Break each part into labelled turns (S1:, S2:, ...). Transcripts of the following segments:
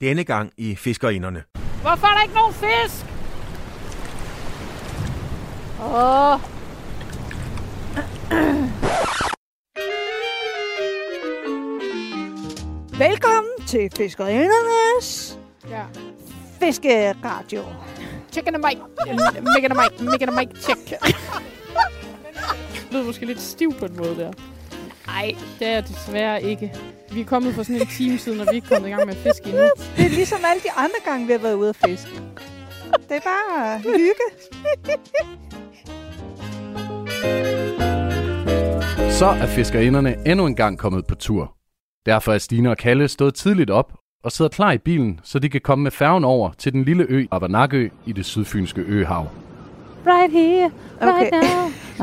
S1: Denne gang i Fiskerinderne.
S2: Hvorfor er der ikke nogen fisk? Åh.
S3: Velkommen til Fiskerindernes
S2: Ja.
S3: Fiskeradio.
S2: Chicken and Mike. Megan and Mike. Megan and Mike. Check. Det lyder måske lidt stiv på en måde der. Nej, det er jeg desværre ikke. Vi er kommet for sådan en time siden, og vi er ikke kommet i gang med at fiske endnu.
S3: Det er ligesom alle de andre gange, vi har været ude at fiske. Det er bare hygge.
S4: Så er fiskerinderne endnu en gang kommet på tur. Derfor er Stine og Kalle stået tidligt op og sidder klar i bilen, så de kan komme med færgen over til den lille ø Avanakø i det sydfynske øhav.
S5: Right here, right
S3: Okay.
S5: now.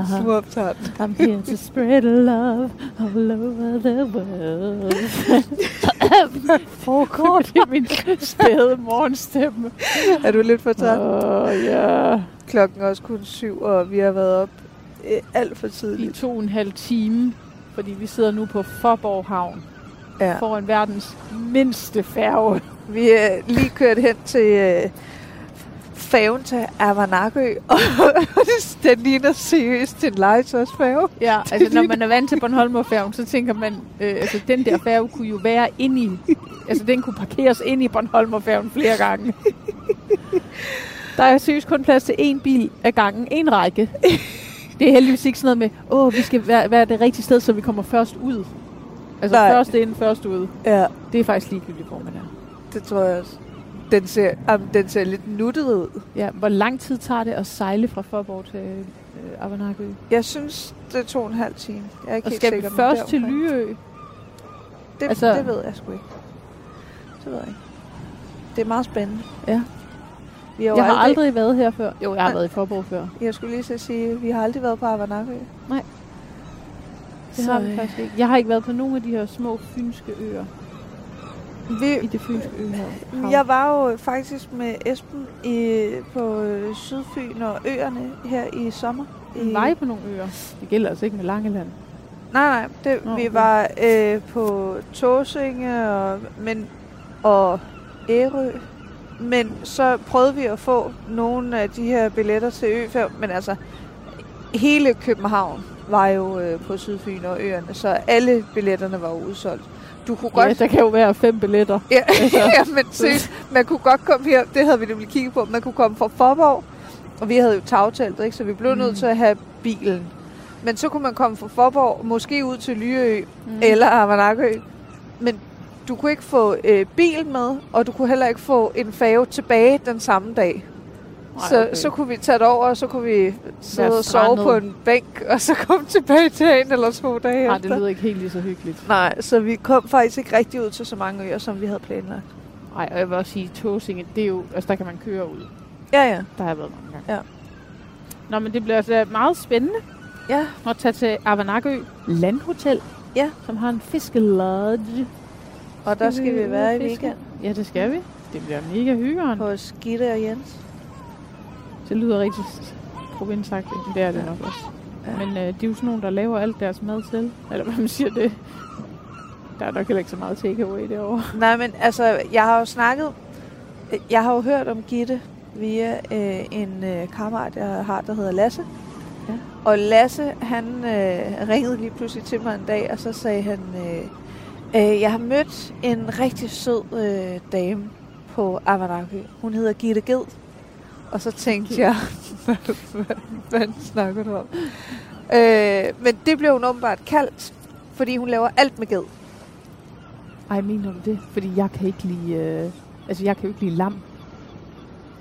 S5: Uh-huh.
S3: Swap top.
S5: I'm here to spread love all over the world. Forkort i min spæde morgenstemme.
S3: Er du lidt for træt?
S5: Åh, ja.
S3: Klokken er også kun syv, og vi har været op øh, alt for
S2: I
S3: tidligt.
S2: to og en halv time, fordi vi sidder nu på Forborg Havn.
S3: Ja.
S2: Foran verdens mindste færge.
S3: Vi er lige kørt hen til øh, færgen til Avanakø, og den ligner seriøst til en legetøjsfærge.
S2: Ja, altså når man er vant til Bornholmerfærgen, så tænker man, øh, altså den der færge kunne jo være inde i, altså den kunne parkeres ind i Bornholmerfærgen flere gange. Der er seriøst kun plads til én bil ad gangen, en række. Det er heldigvis ikke sådan noget med, åh, vi skal være, være det rigtige sted, så vi kommer først ud. Altså
S3: Nej.
S2: Nej. først ind, først ud.
S3: Ja,
S2: Det er faktisk ligegyldigt, hvor man er.
S3: det tror jeg også. Den ser, jamen, den ser lidt nuttet ud.
S2: Ja, hvor lang tid tager det at sejle fra Forborg til øh, Avanakø?
S3: Jeg synes, det er to og en halv time. Jeg er ikke
S2: Og
S3: helt
S2: skal vi
S3: sikker, men
S2: først til
S3: deromkring.
S2: Lyø?
S3: Det, altså,
S2: Altså-
S3: det ved jeg sgu ikke. Det ved jeg ikke. Det er meget spændende.
S2: Ja.
S3: Vi har jo
S2: Jeg har aldrig været her før. Jo, jeg har
S3: Nej.
S2: været i Forborg før.
S3: Jeg skulle lige så sige, vi har aldrig været på Avanakø.
S2: Nej. Det
S3: Så,
S2: har vi
S3: øh,
S2: faktisk ikke. Jeg har ikke været på nogen af de her små fynske øer. I
S3: vi,
S2: det fynske øhav.
S3: jeg var jo faktisk med Esben i, på øh, Sydfyn og øerne her i sommer. I,
S2: var I på nogle øer. Det gælder altså ikke med Langeland.
S3: Nej, nej. Det,
S2: Nå,
S3: vi
S2: okay.
S3: var øh, på Tåsinge og, men, og Ærø. Men så prøvede vi at få nogle af de her billetter til Øfærd. Men altså, hele København var jo øh, på Sydfyn og øerne, så alle billetterne var udsolgt. Du kunne
S2: Ja,
S3: godt...
S2: der kan jo være fem billetter. Altså.
S3: Ja, ja men seriøst, man kunne godt komme her. Det havde vi nemlig kigget på. Man kunne komme fra Forborg, og vi havde jo tagteltet, ikke? så vi blev mm. nødt
S2: Mm.
S3: til at have bilen. Men så kunne man komme fra Forborg, måske ud til Lyø,
S2: Mm.
S3: Mm. eller Avanakø. Men du kunne ikke få øh, bil med, og du kunne heller ikke få en fave tilbage den samme dag.
S2: Nej,
S3: så,
S2: okay.
S3: så kunne vi tage det over, og så kunne vi sidde og sove
S2: strandet.
S3: på en bænk, og så komme tilbage til en eller to dage
S2: Nej, det
S3: efter.
S2: lyder ikke helt lige så hyggeligt.
S3: Nej, så vi kom faktisk ikke rigtig ud til så mange øer, som vi havde planlagt.
S2: Nej, og jeg vil også sige, Tåsinge, det er jo... Altså, der kan man køre ud.
S3: Ja, ja.
S2: Der har jeg været mange gange.
S3: Ja.
S2: Nå, men det bliver altså meget spændende
S3: Ja,
S2: at tage til Avanakø Landhotel.
S3: Ja.
S2: Som har en fiskelodge.
S3: og der skal vi
S2: ud
S3: være
S2: og
S3: i
S2: fiske?
S3: weekenden
S2: Ja, det skal vi. Det bliver mega hyggeren.
S3: hos Gitte og Jens.
S2: Det lyder rigtig s- provinsagtigt, men det er det nok også.
S3: Ja.
S2: Men øh, det er jo sådan nogen, der laver alt deres mad selv. Eller hvad man siger det. Der er nok heller ikke så meget takeaway derovre.
S3: Nej, men altså, jeg har jo snakket... Jeg har jo hørt om Gitte via øh, en øh, kammerat, jeg har, der hedder Lasse.
S2: Ja.
S3: Og Lasse, han øh, ringede lige pludselig til mig en dag, og så sagde han, øh, øh, jeg har mødt en rigtig sød øh, dame på Avanakø. Hun hedder Gitte Ged. Og så tænkte jeg, hvad, hvad, hvad snakker du om? Øh, men det blev hun åbenbart kaldt, fordi hun laver alt med ged.
S2: Ej, mener du det? Fordi jeg kan ikke lide... Øh, altså, jeg kan jo ikke lide lam.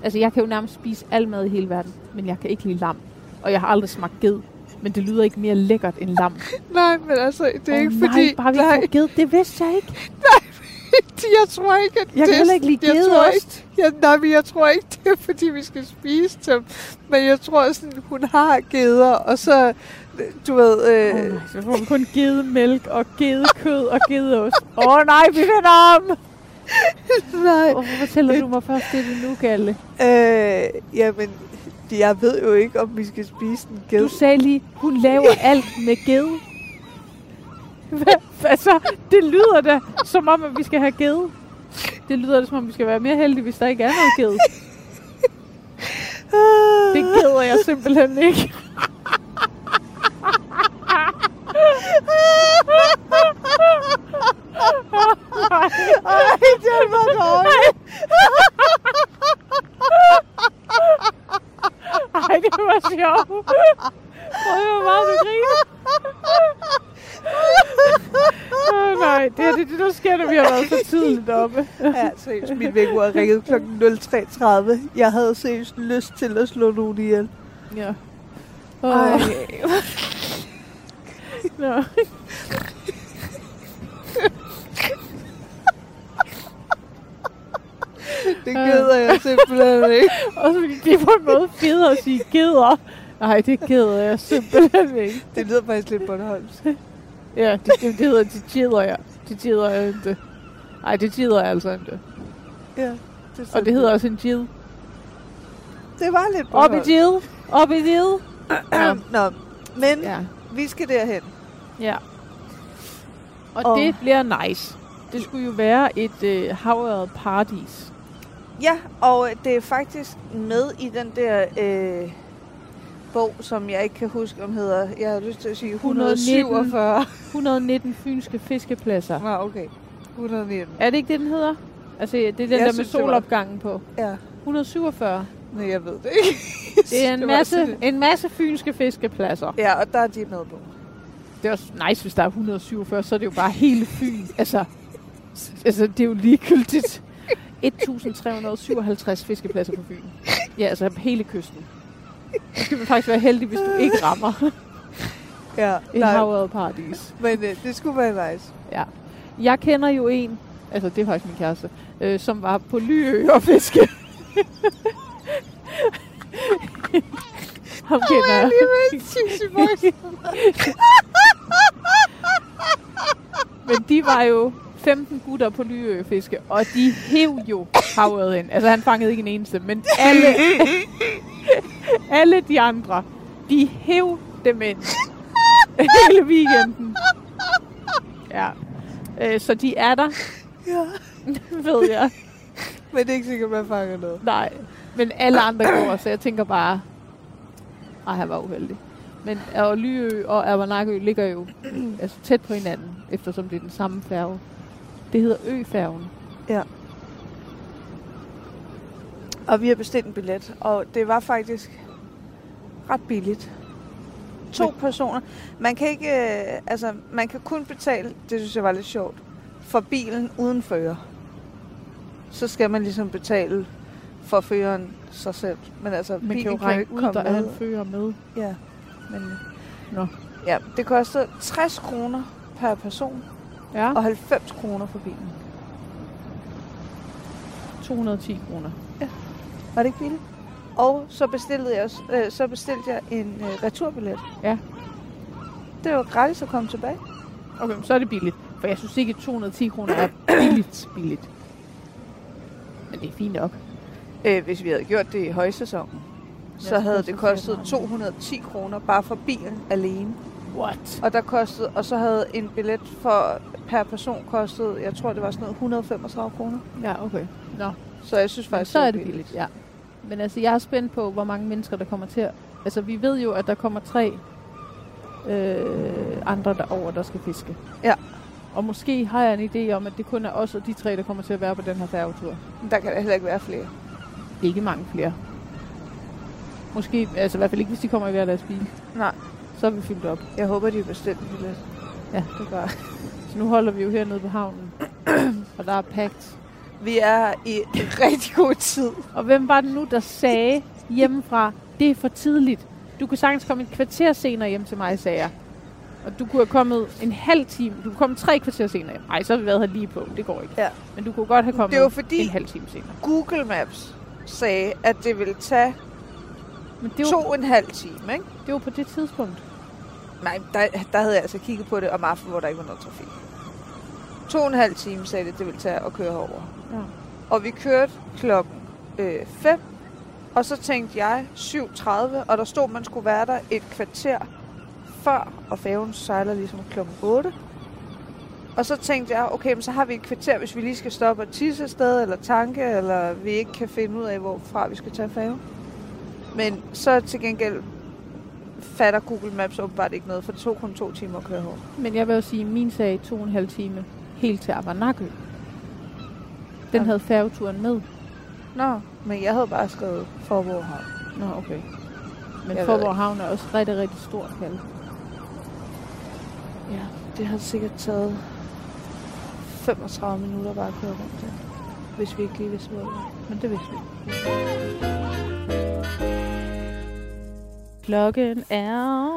S2: Altså, jeg kan jo nærmest spise al mad i hele verden, men jeg kan ikke lide lam. Og jeg har aldrig smagt ged. Men det lyder ikke mere lækkert end lam.
S3: Nej, men altså, det er
S2: Åh
S3: oh, ikke
S2: nej,
S3: fordi...
S2: bare vi
S3: nej,
S2: får ged. Det vidste jeg ikke.
S3: jeg tror ikke, at
S2: Jeg kan
S3: det,
S2: heller ikke lide
S3: jeg tror ikke,
S2: gedeost.
S3: jeg, Nej, men jeg tror ikke, det er fordi, vi skal spise dem. Men jeg tror sådan, hun har geder, og så, du ved...
S2: Åh
S3: Øh,
S2: nej, så får vi kun gedemælk og gedekød og gedeost. Åh oh, nej, vi vender om!
S3: nej,
S2: Hvorfor fortæller du mig først det er nu, Galle?
S3: øh, jamen, jeg ved jo ikke, om vi skal spise en ged.
S2: Du sagde lige, hun laver alt med ged. Hvad? Altså, det lyder da, som om, at vi skal have ged. Det lyder det, som om vi skal være mere heldige, hvis der ikke er noget ged. Det gider jeg simpelthen ikke.
S3: Ej, den var dårlig.
S2: Ej, det var sjovt. Prøv hvor meget du griner. Åh oh, nej, det er det, det, der sker, når vi har været så tidligt oppe.
S3: Ja, seriøst, mit vækkeur ringede kl. 03.30. Jeg havde seriøst lyst til at slå nogen ihjel.
S2: Ja.
S3: Ej.
S2: Oh, no.
S3: Det gider jeg simpelthen ikke.
S2: Også fordi det er på en måde federe at sige geder. Nej, det gider jeg simpelthen ikke.
S3: Det lyder faktisk lidt Bornholms.
S2: Ja, det, det, det hedder, det gider jeg. Det gider jeg ikke. Nej, det gider jeg altså ikke.
S3: Ja, det
S2: Og det hedder også en jid.
S3: Det var lidt
S2: Op i
S3: Bornholms.
S2: jid. Op i jid.
S3: Ahem. Nå, men ja.
S2: Ja.
S3: vi skal derhen.
S2: Ja. Og
S3: Og-
S2: oh. det bliver nice. Det skulle jo være et øh, havøret paradis.
S3: Ja, og øh, det er faktisk med i den der øh, bog, som jeg ikke kan huske, om hedder, jeg har lyst til at sige 147.
S2: 119 fynske fiskepladser.
S3: Nå, okay. 119.
S2: Er det ikke det, den hedder? Altså, det er den
S3: Jeg
S2: der med
S3: synes, det var-
S2: solopgangen på.
S3: Ja,
S2: 147.
S3: men jeg ved det ikke.
S2: Det er en,
S3: var
S2: masse,
S3: sådan-
S2: en masse fynske fiskepladser.
S3: Ja, og der er de med på.
S2: Det er også nice, hvis der er 147, så er det jo bare hele Fyn. Altså, altså det er jo ligegyldigt. 1357 fiskepladser på Fyn. Ja, altså hele kysten. Så skal man faktisk være heldig, hvis du ikke rammer
S3: Ja,
S2: et
S3: nej,
S2: havøret paradis.
S3: men øh, det skulle være nice.
S2: Ja. Jeg kender jo en, altså det er faktisk min kæreste, øh, som var på Lyø og fiske. Ham kender jeg. Men de var jo 15 gutter på Lyø-fiske, og de hev jo havet ind. Altså, han fangede ikke en eneste, men alle, alle de andre, de hev dem ind hele weekenden. Ja. Øh, så de er der,
S3: ja,
S2: ved jeg.
S3: men det er ikke sikkert, man fanger noget.
S2: Nej, men alle andre går, så jeg tænker bare, ej, han var uheldig. Men og Lyø og Avanakø ligger jo altså tæt på hinanden, eftersom det er den samme færge. Det hedder Øfærgen.
S3: Og vi har bestilt en billet, og det var faktisk ret billigt. To personer. Man kan ikke, øh, altså, man kan kun betale, det synes jeg var lidt sjovt, for bilen uden fører. Så skal man ligesom betale for føreren sig selv. Men altså,
S2: Man
S3: bilen
S2: kan jo
S3: kan
S2: regne
S3: ikke
S2: ud,
S3: komme
S2: der er
S3: med.
S2: en fører med.
S3: Ja, men... øh,
S2: Nå.
S3: Ja, det koster 60 kroner per person,
S2: Ja,
S3: og 90 kroner for bilen.
S2: 210 kroner.
S3: Var det ikke billigt? Og så bestilte jeg, også, øh, så bestilte jeg en øh, returbillet.
S2: Ja.
S3: Det var gratis at komme tilbage.
S2: Okay, men så er det billigt. For jeg synes ikke, at 210 kroner er billigt, billigt. Men det er fint nok.
S3: Øh, hvis vi havde gjort det i højsæsonen, så
S2: Ja,
S3: havde
S2: så
S3: det
S2: koster det
S3: kostet
S2: meget.
S3: 210 kroner bare for bilen alene.
S2: What?
S3: Og der kostede, og så havde en billet for per person kostet, jeg tror det var sådan noget 135 kroner.
S2: Ja, okay. Nå,
S3: Så jeg synes faktisk,
S2: så
S3: var
S2: er det billigt, ja. Men altså, jeg er spændt på, hvor mange mennesker, der kommer til. at- Altså, vi ved jo, at der kommer tre øh, andre derover, der skal fiske.
S3: Ja.
S2: Og måske har jeg en idé om, at det kun er os og de tre, der kommer til at være på den her færgetur.
S3: Men Der kan der heller ikke være flere.
S2: Ikke mange flere. Måske, altså i hvert fald ikke, hvis de kommer i hver deres bil.
S3: Nej.
S2: Så er vi fyldt op.
S3: Jeg håber, de har bestilt en billet.
S2: Ja.
S3: det gør
S2: Så nu holder vi jo hernede på havnen. og der er pagt.
S3: Vi er i rigtig god tid.
S2: Og hvem var det nu, der sagde hjemmefra, det er for tidligt. Du kan sagtens komme et kvarter senere hjem til mig, sagde jeg. Og du kunne have kommet en halv time. Du kunne komme tre kvarter senere hjem. Nej, så har vi været her lige på. Det går ikke.
S3: Ja.
S2: Men du kunne godt have kommet
S3: Det var fordi-
S2: en halv time senere.
S3: Google Maps sagde, at det ville tage
S2: Men det var,
S3: to og en halv time, ikke?
S2: det var på det tidspunkt.
S3: Nej, der, der havde jeg altså kigget på det om aftenen, hvor der ikke var noget trafik. To og en halv time sagde det, det ville tage at køre herover.
S2: Ja.
S3: Og vi kørte klokken 5, og så tænkte jeg 7.30, og der stod, man skulle være der et kvarter før, og færgen sejler ligesom klokken 8. Og så tænkte jeg, okay, men så har vi et kvarter, hvis vi lige skal stoppe og tisse et sted, eller tanke, eller vi ikke kan finde ud af, hvorfra vi skal tage færge. Men så til gengæld fatter Google Maps åbenbart ikke noget, for det tog kun to timer at køre herover.
S2: Men jeg vil jo sige, at min sag to og en halv time helt til Avanakø. Den
S3: Ja.
S2: havde færgeturen med.
S3: Nå, men jeg havde bare skrevet Forborg Havn.
S2: Nå, okay. Men
S3: Jeg ved
S2: Forborg Havn er også rigtig, rigtig stor kald.
S3: Ja, det har sikkert taget 35 minutter bare at køre rundt der. Hvis vi ikke lige vidste, hvor det var. Men det vidste vi.
S2: Klokken er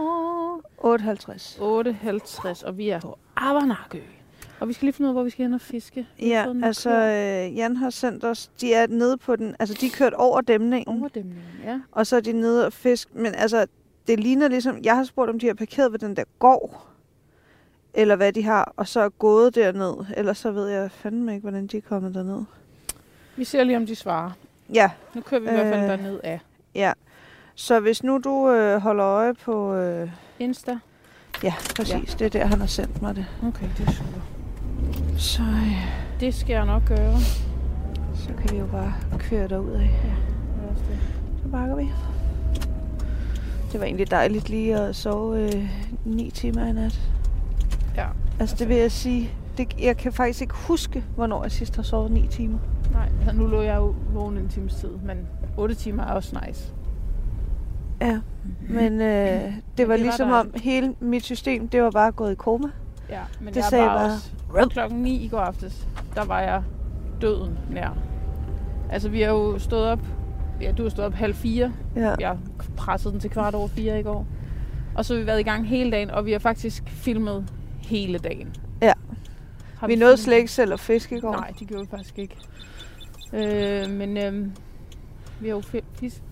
S3: 58.
S2: 8.50, og vi er på Avanakø. Og vi skal lige finde ud af, hvor vi skal hen og fiske. Vi har
S3: Ja,
S2: fået nogle
S3: altså
S2: køer
S3: øh, Jan har sendt os, de er nede på den, altså de er kørt over dæmningen,
S2: Over dem, ja.
S3: og så er de nede og fisk, men altså det ligner ligesom, jeg har spurgt om de har parkeret ved den der gård, eller hvad de har, og så er gået derned, eller så ved jeg fandme ikke, hvordan de er kommet derned.
S2: Vi ser lige, om de svarer.
S3: Ja,
S2: Nu kører vi i hvert fald
S3: Øh.
S2: derned af.
S3: ja. Så hvis nu du øh, holder øje på, øh,
S2: Insta.
S3: ja, præcis, det er der, han har sendt mig det.
S2: Okay, det er super.
S3: Så, øh,
S2: Det skal jeg nok gøre.
S3: så kan vi jo bare køre derud af. Så bakker vi. Det var egentlig dejligt lige at sove øh, 9 timer i nat.
S2: Ja,
S3: Altså det vil jeg sige, det, jeg kan faktisk ikke huske, hvornår jeg sidst har sovet 9 timer.
S2: Nej, altså, nu lå jeg jo vågen en times tid, men 8 timer er også nice.
S3: Ja, men øh, det var
S2: var
S3: ligesom om hele mit system, det var bare gået i koma.
S2: Ja, men
S3: Det
S2: jeg
S3: sagde
S2: var
S3: jeg bare.
S2: også... Klokken 9 i går aftes, der var jeg døden nær. Altså, vi har jo stået op... Ja, du har stået op halv fire.
S3: Ja.
S2: Jeg pressede den til kvart over fire i går. Og så har vi været i gang hele dagen, og vi har faktisk filmet hele dagen.
S3: Ja.
S2: Har
S3: Vi nåede
S2: filmet-
S3: slet ikke selv at fiske i går.
S2: Nej, det gjorde vi faktisk ikke. Øh, men øh, vi har jo fi- fis...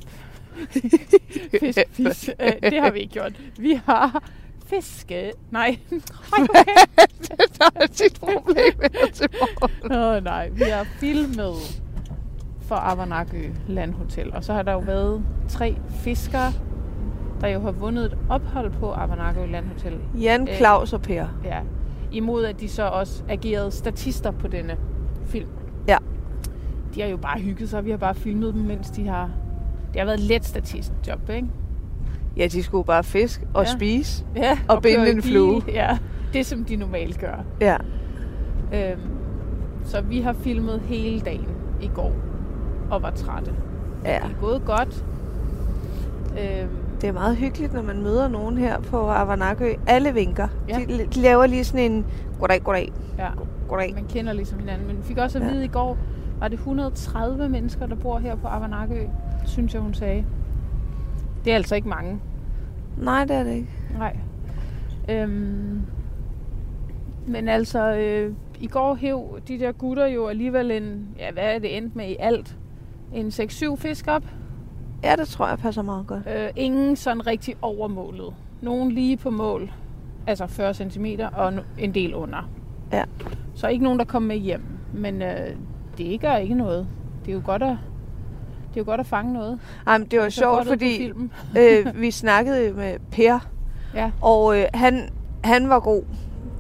S2: fis, fis. Øh, det har vi ikke gjort. Vi har fiske... Nej.
S6: Der er sit problem her til morgen.
S2: Nå, nej. Vi har filmet for Avanakø Landhotel. Og så har der jo været tre fiskere, der jo har vundet et ophold på Avanakø Landhotel.
S3: Jan,
S2: Øh.
S3: Claus og Per.
S2: Ja. Imod at de så også agerede statister på denne film.
S3: Ja.
S2: De har jo bare hygget sig, vi har bare filmet dem, mens de har... Det har været et let statistjob, ikke?
S3: Ja, de skulle bare fiske og
S2: Ja.
S3: spise.
S2: Ja,
S3: Og binde
S2: køre i
S3: en flue.
S2: bil, Ja, det som de normalt gør.
S3: Ja.
S2: Øhm, så vi har filmet hele dagen i går, og var trætte.
S3: ja.
S2: Det er gået godt. Øhm,
S3: Det er meget hyggeligt, når man møder nogen her på Avanakø. Alle vinker.
S2: Ja.
S3: Ja. De, de laver lige sådan en goddag, goddag,
S2: ja,
S3: goddag.
S2: man kender ligesom hinanden. Men vi fik også at
S3: Ja.
S2: vide i går, var det 130 mennesker, der bor her på Avanakø, synes jeg, hun sagde. Det er altså ikke mange.
S3: Nej, det er det ikke.
S2: Nej. Øhm, men altså, øh, i går hæv de der gutter jo alligevel en, ja, hvad er det endt med i alt? En 6-7 fisk op.
S3: Ja, det tror jeg passer meget godt.
S2: Øh, ingen sådan rigtig over målet. Nogen lige på mål, altså 40 cm og no- en del under.
S3: Ja.
S2: Så ikke nogen, der kom med hjem. Men øh, det gør ikke noget. Det er jo godt at, det er jo godt at fange noget.
S3: Ej, men det var
S2: Så
S3: sjovt,
S2: godt ud på
S3: fordi
S2: filmen.
S3: øh, vi snakkede med Per,
S2: Ja.
S3: og øh, han, han var god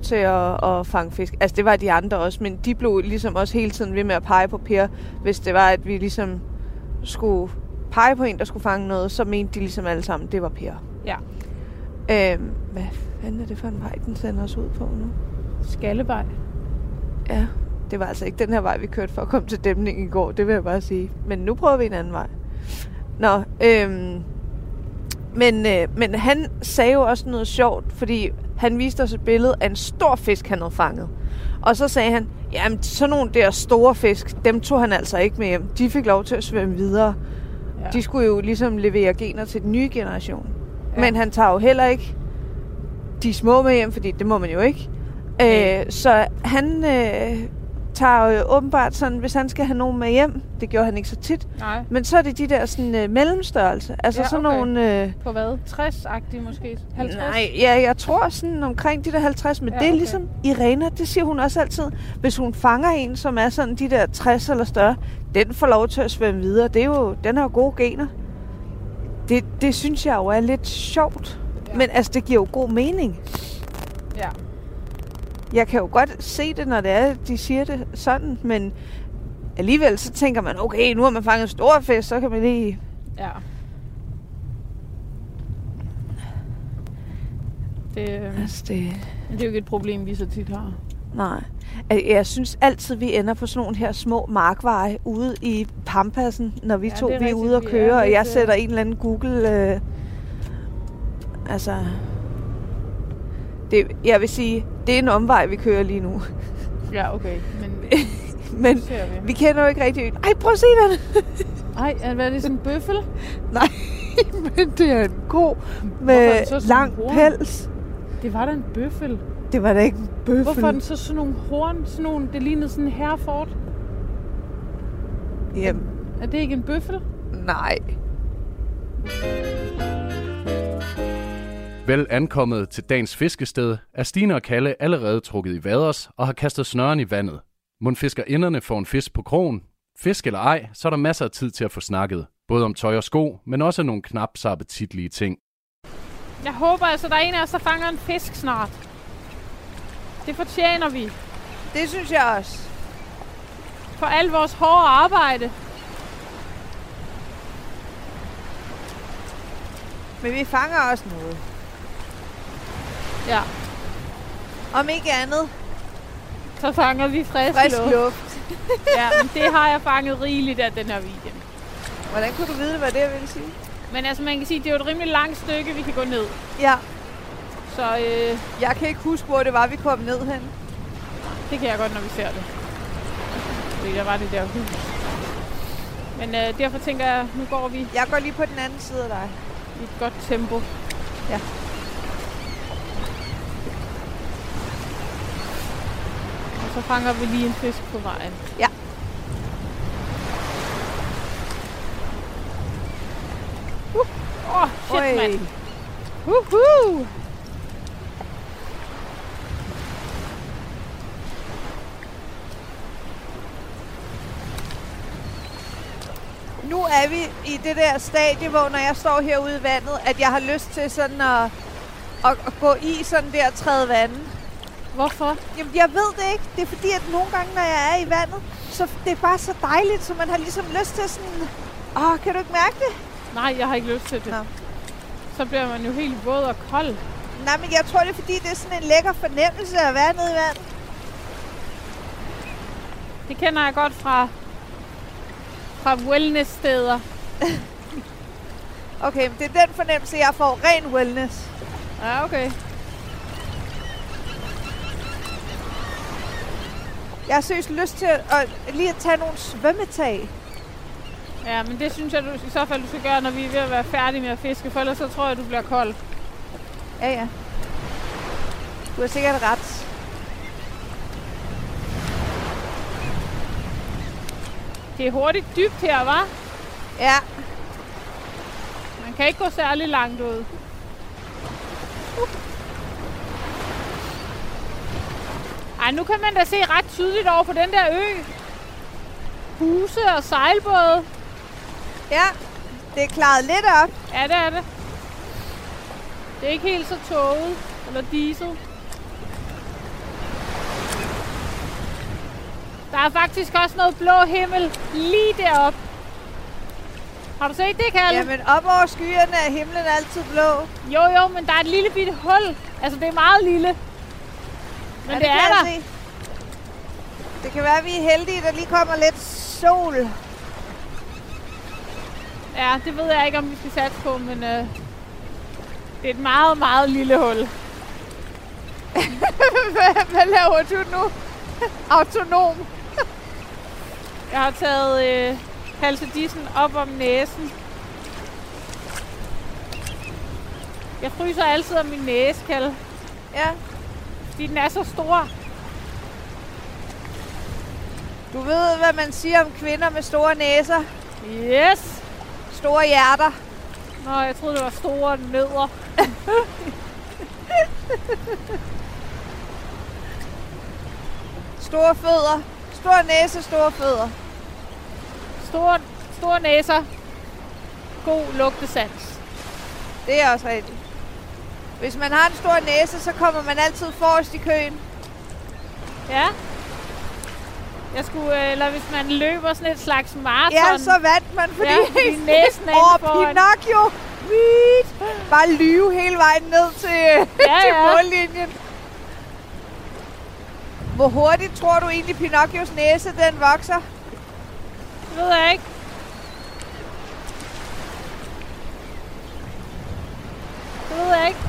S3: til at, at fange fisk. Altså, det var de andre også, men de blev ligesom også hele tiden ved med at pege på Per, hvis det var, at vi ligesom skulle pege på en, der skulle fange noget, så mente de ligesom alle sammen, det var Per.
S2: Ja.
S3: Øhm, hvad fanden er det for en vej, den sender os ud på nu?
S2: Skallevej.
S3: Ja, det var altså ikke den her vej, vi kørte for at komme til dæmningen i går, det vil jeg bare sige. Men nu prøver vi en anden vej. Nå, øhm, men, øh, men han sagde jo også noget sjovt, fordi han viste os et billede af en stor fisk, han havde fanget. Og så sagde han, jamen sådan nogle der store fisk, dem tog han altså ikke med hjem. De fik lov til at svømme videre.
S2: Ja.
S3: Ja. De skulle jo ligesom levere gener til den nye generation.
S2: Ja.
S3: Ja. Men han tager jo heller ikke de små med hjem, fordi det må man jo ikke.
S2: Nej.
S3: Øh, så han øh, tager jo åbenbart sådan, hvis han skal have nogen med hjem, det gjorde han ikke så tit,
S2: Nej.
S3: men så er det de der sådan øh, mellemstørrelse. Altså
S2: Ja,
S3: sådan
S2: okay.
S3: nogle... Øh,
S2: På hvad? 60-agtig måske? 50?
S3: Nej, ja, jeg tror sådan omkring de der 50, men
S2: Ja,
S3: ja, det er
S2: okay.
S3: ligesom Irena, det siger hun også altid. Hvis hun fanger en, som er sådan de der 60 eller større, den får lov til at svømme videre. Det er jo, den har jo gode gener. Det, det synes jeg jo er lidt sjovt.
S2: Ja.
S3: Ja. Men altså, det giver jo god mening.
S2: Ja.
S3: jeg kan jo godt se det, når det er, de siger det sådan, men alligevel så tænker man, okay, nu har man fanget stor fisk, så kan man lige...
S2: Ja. Det, øh,
S3: Altså, det...
S2: det er jo ikke et problem, vi så tit har.
S3: Nej. Øh, Jeg synes altid, vi ender på sådan nogle her små markveje ude i Pampassen, når vi
S2: Ja,
S3: ja, to
S2: det
S3: vi
S2: er
S3: er
S2: rigtigt,
S3: ude og
S2: vi er
S3: køre, og
S2: lidt,
S3: jeg
S2: øh,
S3: sætter en eller anden Google... Øh, altså... Det, jeg vil sige, det er en omvej, vi kører lige nu.
S2: Ja, okay. Men
S3: Men
S2: nu ser vi.
S3: vi kender jo ikke rigtig øen. Ej, prøv at se den!
S2: Ej, er- hvad er det sådan en bøffel?
S3: Nej, men det er en god
S2: Hvorfor er
S3: med
S2: den så sådan
S3: lang
S2: brun?
S3: pels.
S2: Det var da en bøffel.
S3: Det var da ikke en bøffel.
S2: Hvorfor er den så sådan nogle horn? Sådan nogle, det lignede sådan en herford.
S3: Jamen,
S2: Er det ikke en bøffel?
S3: nej.
S4: Vel ankommet til dagens fiskested, er Stine og Kalle allerede trukket i vaders og har kastet snøren i vandet. Mund fiskerinderne får en fisk på krogen. Fisk eller ej, så er der masser af tid til at få snakket. Både om tøj og sko, men også nogle knap så appetitlige ting.
S2: Jeg håber altså, der er en af os, der fanger en fisk snart. Det fortjener vi.
S3: Det synes jeg også.
S2: For al vores hårde arbejde.
S3: Men vi fanger også noget.
S2: Ja,
S3: Om ikke andet,
S2: så fanger vi frisk,
S3: frisk
S2: luft.
S3: luft.
S2: Ja, men det har jeg fanget rigeligt af den her weekend.
S3: Hvordan kunne du vide, hvad det ville sige?
S2: Men altså, man kan sige, det er jo et rimelig langt stykke, vi kan gå ned.
S3: Ja,
S2: Så øh,
S3: jeg kan ikke huske, hvor det var, vi kom ned hen.
S2: det kan jeg godt, når vi ser det. Fordi der var det der hus. Men øh, derfor tænker jeg, nu går vi
S3: Jeg går lige på den anden side af dig.
S2: i et godt tempo.
S3: Ja.
S2: Og så fanger vi lige en fisk på vejen.
S3: Ja.
S2: Åh, uh, oh, shit, mand.
S3: Uhuh. Nu er vi i det der stadie, hvor når jeg står herude i vandet, at jeg har lyst til sådan at, at, at gå i sådan der og træde vandet.
S2: Hvorfor?
S3: Jamen, jeg ved det ikke. Det er fordi, at nogle gange, når jeg er i vandet, så f- det er bare så dejligt, så man har ligesom lyst til sådan... Åh, kan du ikke mærke det?
S2: Nej, jeg har ikke lyst til det.
S3: Nå.
S2: Så bliver man jo helt våd og kold.
S3: Nej, men jeg tror, det er fordi, det er sådan en lækker fornemmelse at være nede i vandet.
S2: Det kender jeg godt fra, fra wellness-steder.
S3: Okay, men det er den fornemmelse, jeg får. Ren wellness.
S2: Ja, okay.
S3: Jeg har seriøst lyst til at, at lige at tage nogle svømmetag.
S2: Ja, men det synes jeg du, i så fald, du skal gøre, når vi er ved at være færdige med at fiske, for ellers så tror jeg, du bliver kold.
S3: Ja, ja. Du har sikkert ret.
S2: Det er hurtigt dybt her, var.
S3: Ja,
S2: Man kan ikke gå særlig langt ud. Uh. Ej, nu kan man da se ret tydeligt over på den der ø. Huse og sejlbåde.
S3: ja. Det er klaret lidt op.
S2: Ja, det er det. Det er ikke helt så tåget eller diesel. Der er faktisk også noget blå himmel lige deroppe. Har du set det, Kalle?
S3: Jamen, op over skyerne er himlen altid blå.
S2: Jo, jo, men der er et lille bitte hul. Altså, det er meget lille. Men
S3: Ja,
S2: det, det
S3: kan
S2: er
S3: jeg
S2: der.
S3: se. Det kan være, at vi er heldige, der lige kommer lidt sol.
S2: Ja, det ved jeg ikke, om vi skal satse på, men øh, det er et meget, meget lille hul.
S3: Hvad laver du nu? Autonom.
S2: Jeg har taget øh, halsedissen op om næsen. Jeg fryser altid om min næse, Kalle,
S3: Ja.
S2: fordi den er så stor.
S3: Du ved, hvad man siger om kvinder med store næser,
S2: Yes!
S3: store hjerter.
S2: Nå, jeg troede, det var store nødder.
S3: Store fødder. Stor næse, store fødder.
S2: Store, store næser. God lugtesans.
S3: Det er også rigtigt. Hvis man har en stor næse, så kommer man altid forrest i køen.
S2: Ja. Jeg skulle, øh, eller hvis man løber sådan et slags maraton.
S3: Ja, så vandt man, fordi
S2: Ja, fordi næsen er inde
S3: Og
S2: foran.
S3: Pinocchio, mit, bare lyve hele vejen ned til,
S2: Ja,
S3: til
S2: ja.
S3: mållinjen. Hvor hurtigt tror du egentlig, Pinocchios næse den vokser?
S2: Det ved jeg ikke. Det ved jeg ikke.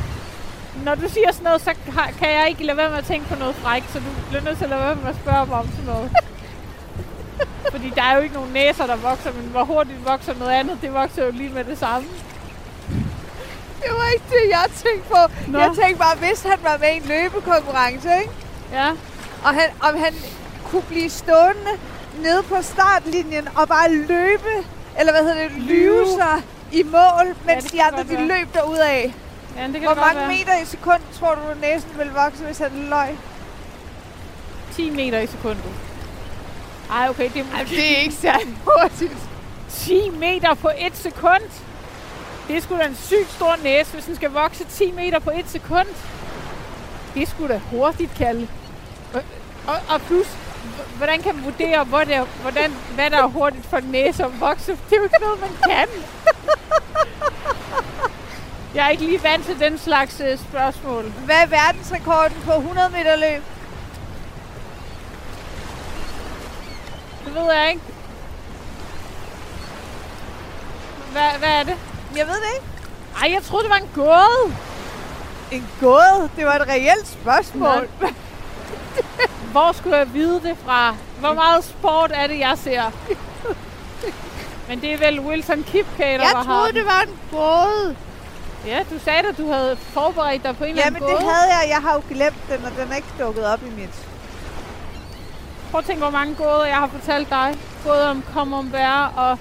S2: Når du siger sådan noget, så har- kan jeg ikke lade være med at tænke på noget frækt, så du bliver nødt til at lade være med at spørge mig om sådan noget. Fordi der er jo ikke nogen næser, der vokser, men hvor hurtigt vokser noget andet, det vokser jo lige med det samme.
S3: Det var ikke det, jeg tænkte på. Nå.
S2: Nå.
S3: Jeg tænkte bare, hvis han var med i en løbekonkurrence, ikke?
S2: Ja,
S3: og han, om han kunne blive stående nede på startlinjen og bare løbe, eller hvad hedder det, lyve sig i mål, mens
S2: det kan
S3: ja, de andre
S2: godt
S3: de
S2: være.
S3: løb derudad.
S2: ja det kan
S3: Hvor
S2: det godt
S3: mange
S2: være.
S3: meter i sekund tror du, næsen vil vokse, hvis han løg?
S2: 10 meter i sekundet. Ej, okay, det er måske...
S7: Det er ikke særlig hurtigt.
S2: 10 meter på 1 sekund. Det er sgu da en sygt stor næse, hvis den skal vokse 10 meter på 1 sekund. Det er sgu da hurtigt, Kalle. Og, og, og plus, h- hvordan kan man vurdere, hvor det er, hvordan, hvad der er hurtigt for en næse at vokse? Det er jo ikke noget, man kan. Jeg er ikke lige vant til den slags øh, spørgsmål.
S3: Hvad er verdensrekorden på 100 meter løb?
S2: Det ved jeg ikke. Hvad, hvad er det?
S3: Jeg ved det ikke.
S2: Ej, jeg troede, det var en gåde.
S3: En gåde? Det var et reelt spørgsmål.
S2: Hvor skulle jeg vide det fra? Hvor meget sport er det, jeg ser? Men det er vel Wilson Kipkater,
S7: Jeg troede, det var en båd.
S2: Ja, du sagde at du havde forberedt dig på en eller
S3: Jamen,
S2: anden
S3: det
S2: måde.
S3: havde jeg. Jeg har jo glemt den, og den er ikke dukket op i mit.
S2: Prøv at tænke, hvor mange gåder jeg har fortalt dig. Både om Camembert og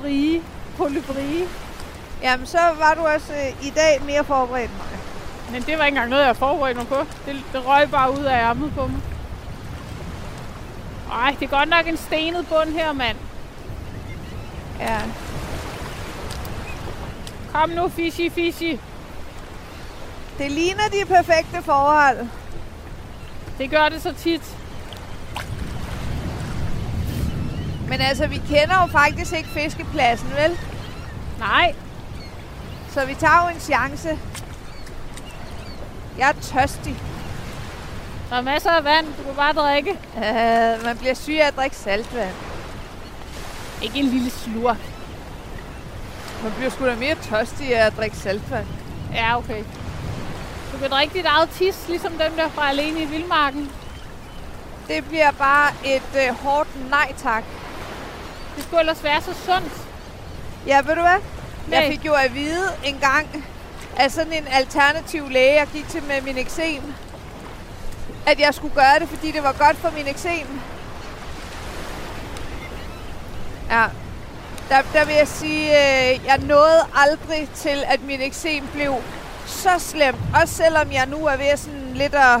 S2: Brie, Polybrie.
S3: Jamen, så var du også øh, i dag mere forberedt end mig.
S2: Men det var ikke engang noget, jeg forberedte mig på. Det, det røg bare ud af ærmet på mig. Ej, det er godt nok en stenet bund her, mand.
S3: Ja.
S2: Kom nu, fishy, fishy.
S3: Det ligner de perfekte forhold.
S2: Det gør det så tit.
S3: Men altså, vi kender jo faktisk ikke fiskepladsen, vel?
S2: Nej,
S3: Så vi tager jo en chance. Jeg er tørstig.
S2: der er masser af vand. Du kan bare drikke.
S3: Uh, man bliver syg af at drikke saltvand.
S2: Ikke en lille slur.
S3: Man bliver sgu da mere tørstig af at drikke saltvand.
S2: Ja, okay. Du kan drikke dit eget tis, ligesom dem der fra alene i Vildmarken.
S3: Det bliver bare et uh, hårdt nej tak.
S2: Det skulle ellers være så sundt.
S3: Ja, ved du hvad? Nej. Jeg
S2: Nej.
S3: fik jo at vide en gang af sådan en alternativ læge, jeg gik til med min eksem, at jeg skulle gøre det, fordi det var godt for min eksem. Ja. Der, der vil jeg sige, øh, jeg nåede aldrig til, at min eksem blev så slemt. Også selvom jeg nu er ved sådan lidt at,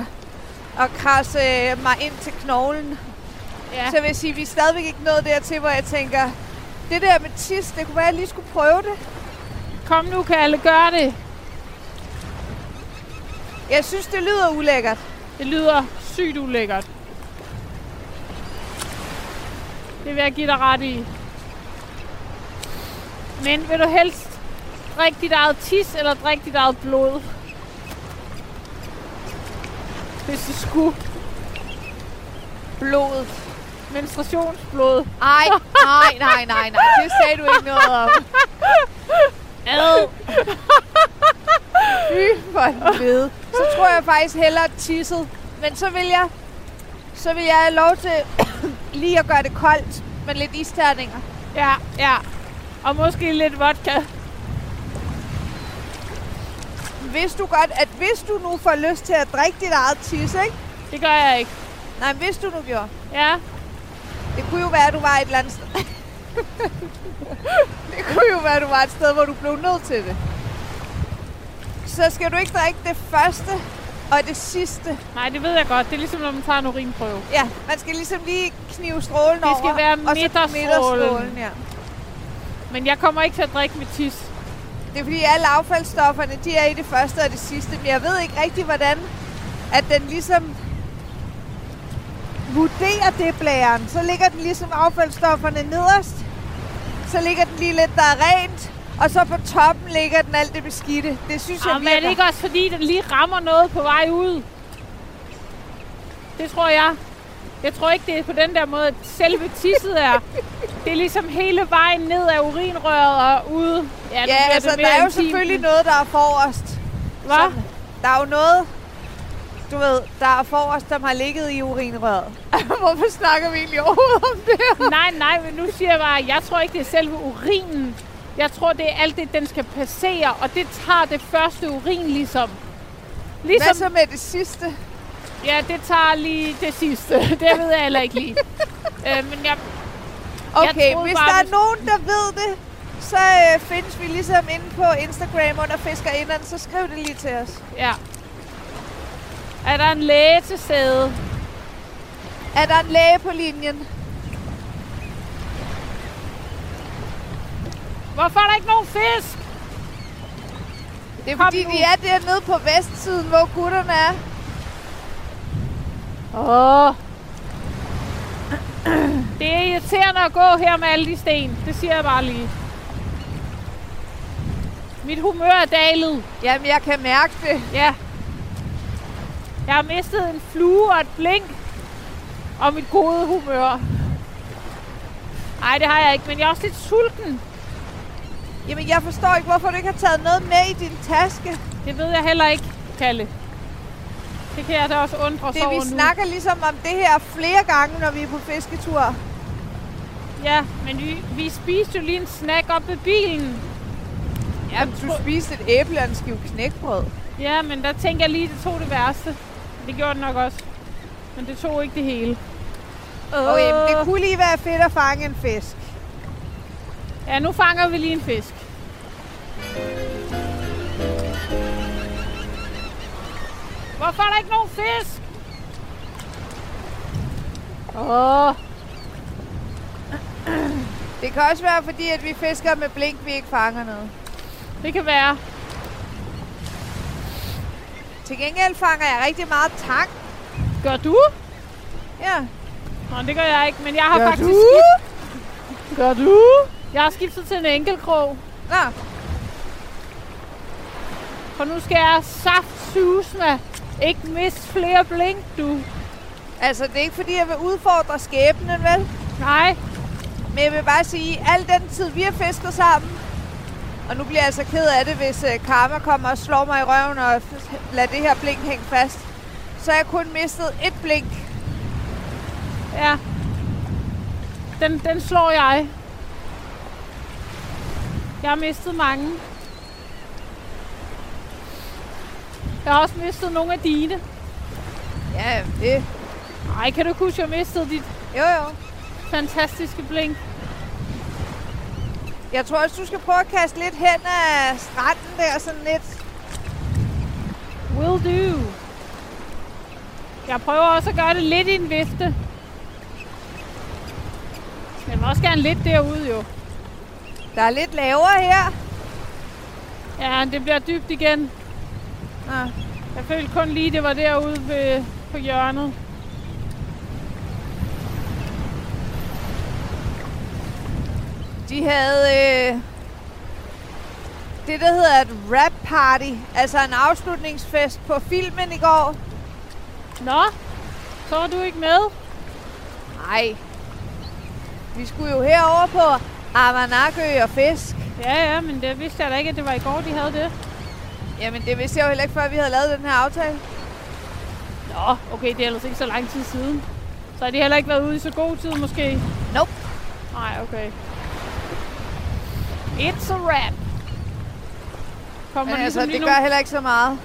S3: at krasse mig ind til knoglen.
S2: Ja.
S3: Så vil jeg sige, vi er stadigvæk ikke nået dertil, hvor jeg tænker, det der med tis, det kunne være, at jeg lige skulle prøve det.
S2: Kom nu, Kalle, gør det.
S3: Jeg synes, det lyder ulækkert.
S2: Det lyder sygt ulækkert. Det vil jeg give dig ret i. Men vil du helst drikke dit eget tis, eller drikke dit eget blod? Hvis du skulle.
S3: Blodet.
S2: Menstruationsblod.
S3: Ej, nej, nej, nej, nej. Det sagde du ikke noget om.
S2: Ad.
S3: Fy for helvede. Så tror jeg faktisk hellere tisset. Men så vil jeg, så vil jeg have lov til lige at gøre det koldt med lidt isterninger.
S2: Ja, ja. Og måske lidt vodka.
S3: Hvis du godt, at hvis du nu får lyst til at drikke dit eget tis, ikke?
S2: Det gør jeg ikke.
S3: Nej, men hvis du nu gjorde.
S2: Ja.
S3: Det kunne jo være, at du var et eller andet sted. det kunne jo være, at du var et sted, hvor du blev nødt til det. Så skal du ikke drikke det første og det sidste.
S2: Nej, det ved jeg godt. Det er ligesom, når man tager en urinprøve.
S3: Ja, man skal ligesom lige knive strålen
S2: Det
S3: over.
S2: skal være
S3: og så
S2: midterstrålen.
S3: midterstrålen. ja.
S2: Men jeg kommer ikke til at drikke mit tis.
S3: Det er fordi alle affaldsstofferne, de er i det første og det sidste. Men jeg ved ikke rigtig, hvordan at den ligesom vurderer det blæren, så ligger den ligesom affaldsstofferne nederst. Så ligger den lige lidt, der er rent. Og så på toppen ligger den alt det beskidte. Det synes jeg
S2: Og Ah, men er det
S3: virker.
S2: ikke også fordi, den lige rammer noget på vej ud? Det tror jeg. Jeg tror ikke, det er på den der måde, at selve tisset er. Det er ligesom hele vejen ned af urinrøret og ude. Ja, nu
S3: Ja,
S2: bliver det
S3: altså, der
S2: mere
S3: er jo
S2: intimt.
S3: selvfølgelig noget, der er forrest.
S2: Hva?
S3: Som, der er jo noget, du ved, der er forrest, som har ligget i urinrøret. Hvorfor snakker vi egentlig overhovedet om det?
S2: Nej, nej, men nu siger jeg bare, at jeg tror ikke, det er selve urinen. Jeg tror, det er alt det, den skal passere, og det tager det første urin ligesom.
S3: Hvad
S2: Ligesom,
S3: så med det sidste?
S2: ja, det tager lige det sidste. Det ved jeg heller ikke lige. øh, men jeg,
S3: Okay,
S2: troede
S3: hvis
S2: bare,
S3: der er
S2: hvis-
S3: nogen, der ved det, så øh, findes vi ligesom inde på Instagram under Fiskerinderen, så skriv det lige til os.
S2: Ja. Er der en læge til stede?
S3: Er der en læge på linjen?
S2: Hvorfor er der ikke nogen fisk?
S3: Det er
S2: Kom
S3: fordi,
S2: nu.
S3: vi er dernede på vestsiden, hvor gutterne er.
S2: Åh. Det er irriterende at gå her med alle de sten. Det siger jeg bare lige. Mit humør er dalet.
S3: Jamen, jeg kan mærke det.
S2: Ja. Jeg har mistet en flue og et blink. Og mit gode humør. Nej, det har jeg ikke, men jeg er også lidt sulten.
S3: Jamen, jeg forstår ikke, hvorfor du ikke har taget noget med i din taske.
S2: Det ved jeg heller ikke, Kalle. Det kan jeg da også undre
S3: Det,
S2: over
S3: vi
S2: nu.
S3: snakker ligesom om det her flere gange, når vi er på fisketur.
S2: Ja, men vi, vi spiste jo lige en snack op ved bilen.
S3: Jamen, du spiste et æble og en skive knækbrød.
S2: Ja, men der tænker jeg lige, det tog det værste. Det gjorde det nok også. Men det tog ikke det hele. Åh.
S3: Okay, men det kunne lige være fedt at fange en fisk.
S2: Ja, nu fanger vi lige en fisk. Hvorfor er der ikke nogen fisk? Åh,
S3: Det kan også være, fordi at vi fisker med blink, vi ikke fanger noget.
S2: det kan være.
S3: Til gengæld fanger jeg rigtig meget tang.
S2: Gør du?
S3: Ja.
S2: Nå, det gør jeg ikke, men jeg har
S3: Gør
S2: faktisk
S3: du?
S2: skiftet. Gør du? Jeg har skiftet til en enkeltkrog.
S3: Nå,
S2: For nu skal jeg saft susme. Ikke miste flere blink, du.
S3: altså det er ikke fordi, jeg vil udfordre skæbnen, vel?
S2: Nej,
S3: Men jeg vil bare sige, al den tid, vi har fisket sammen, og nu bliver jeg altså ked af det, hvis øh, Karma kommer og slår mig i røven og f- lader det her blink hænge fast, så har jeg kun mistet et blink.
S2: ja. Den, den slår jeg. Jeg har mistet mange. Jeg har også mistet nogle af dine.
S3: Ja, det.
S2: Nej, kan du ikke huske, at jeg mistede dit
S3: Jo, jo.
S2: fantastiske blink?
S3: Jeg tror også, du skal prøve at kaste lidt hen af stranden der, sådan lidt.
S2: Will do. Jeg prøver også at gøre det lidt i en vifte. Jeg vil også gerne lidt derude jo.
S3: Der er lidt lavere her.
S2: Ja, det bliver dybt igen.
S3: Nå.
S2: Jeg følte kun lige, det var derude ved, på hjørnet.
S3: De havde øh, det, der hedder et rap party, altså en afslutningsfest på filmen i går.
S2: Nå, så er du ikke med.
S3: Nej. Vi skulle jo herover på Amanakø og Fisk.
S2: Ja, ja, men det vidste jeg da ikke, at det var i går, de havde det.
S3: Jamen, det vidste jeg jo heller ikke, før vi havde lavet den her aftale.
S2: Nå, okay, det er ellers ikke så lang tid siden. Så har de heller ikke været ude i så god tid, måske?
S3: Nope.
S2: Nej, okay. It's a wrap. Kommer
S3: Men
S2: den
S3: altså,
S2: ligesom lige nu?
S3: det gør heller ikke så meget.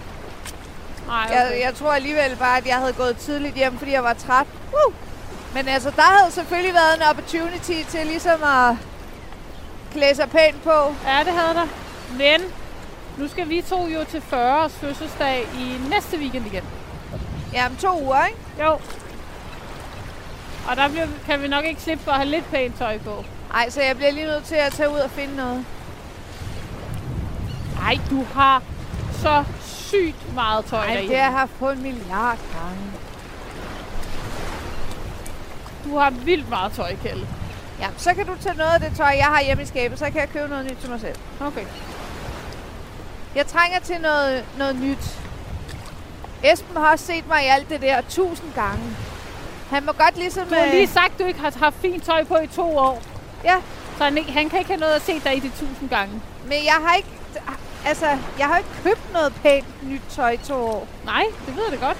S2: Nej, okay.
S3: Jeg, jeg tror alligevel bare, at jeg havde gået tidligt hjem, fordi jeg var træt. Woo! Men altså, der havde selvfølgelig været en opportunity til ligesom at klæde sig pænt på.
S2: Ja, det havde der. Men nu skal vi to jo til 40 års fødselsdag i næste weekend igen.
S3: Jamen, to uger, ikke?
S2: Jo. Og der bliver, kan vi nok ikke slippe for at have lidt pænt tøj på.
S3: Ej, så jeg bliver lige nødt til at tage ud og finde noget.
S2: Nej, du har så sygt meget tøj
S3: Ej,
S2: derhjemme.
S3: det har jeg haft på en milliard gange.
S2: Du har vildt meget tøj, Kjelle.
S3: Ja, så kan du tage noget af det tøj, jeg har hjemme i skabet, så kan jeg købe noget nyt til mig selv.
S2: Okay.
S3: Jeg trænger til noget, noget nyt. Esben har også set mig i alt det der tusind gange. Han må godt ligesom...
S2: Du har
S3: øh,
S2: lige sagt, at du ikke har haft fint tøj på i to år.
S3: Ja.
S2: Så han, ikke, han kan ikke have noget at se dig i de tusind gange.
S3: øh, Men jeg har ikke... Altså, jeg har ikke købt noget pænt nyt tøj i to år.
S2: Nej, det ved jeg da godt.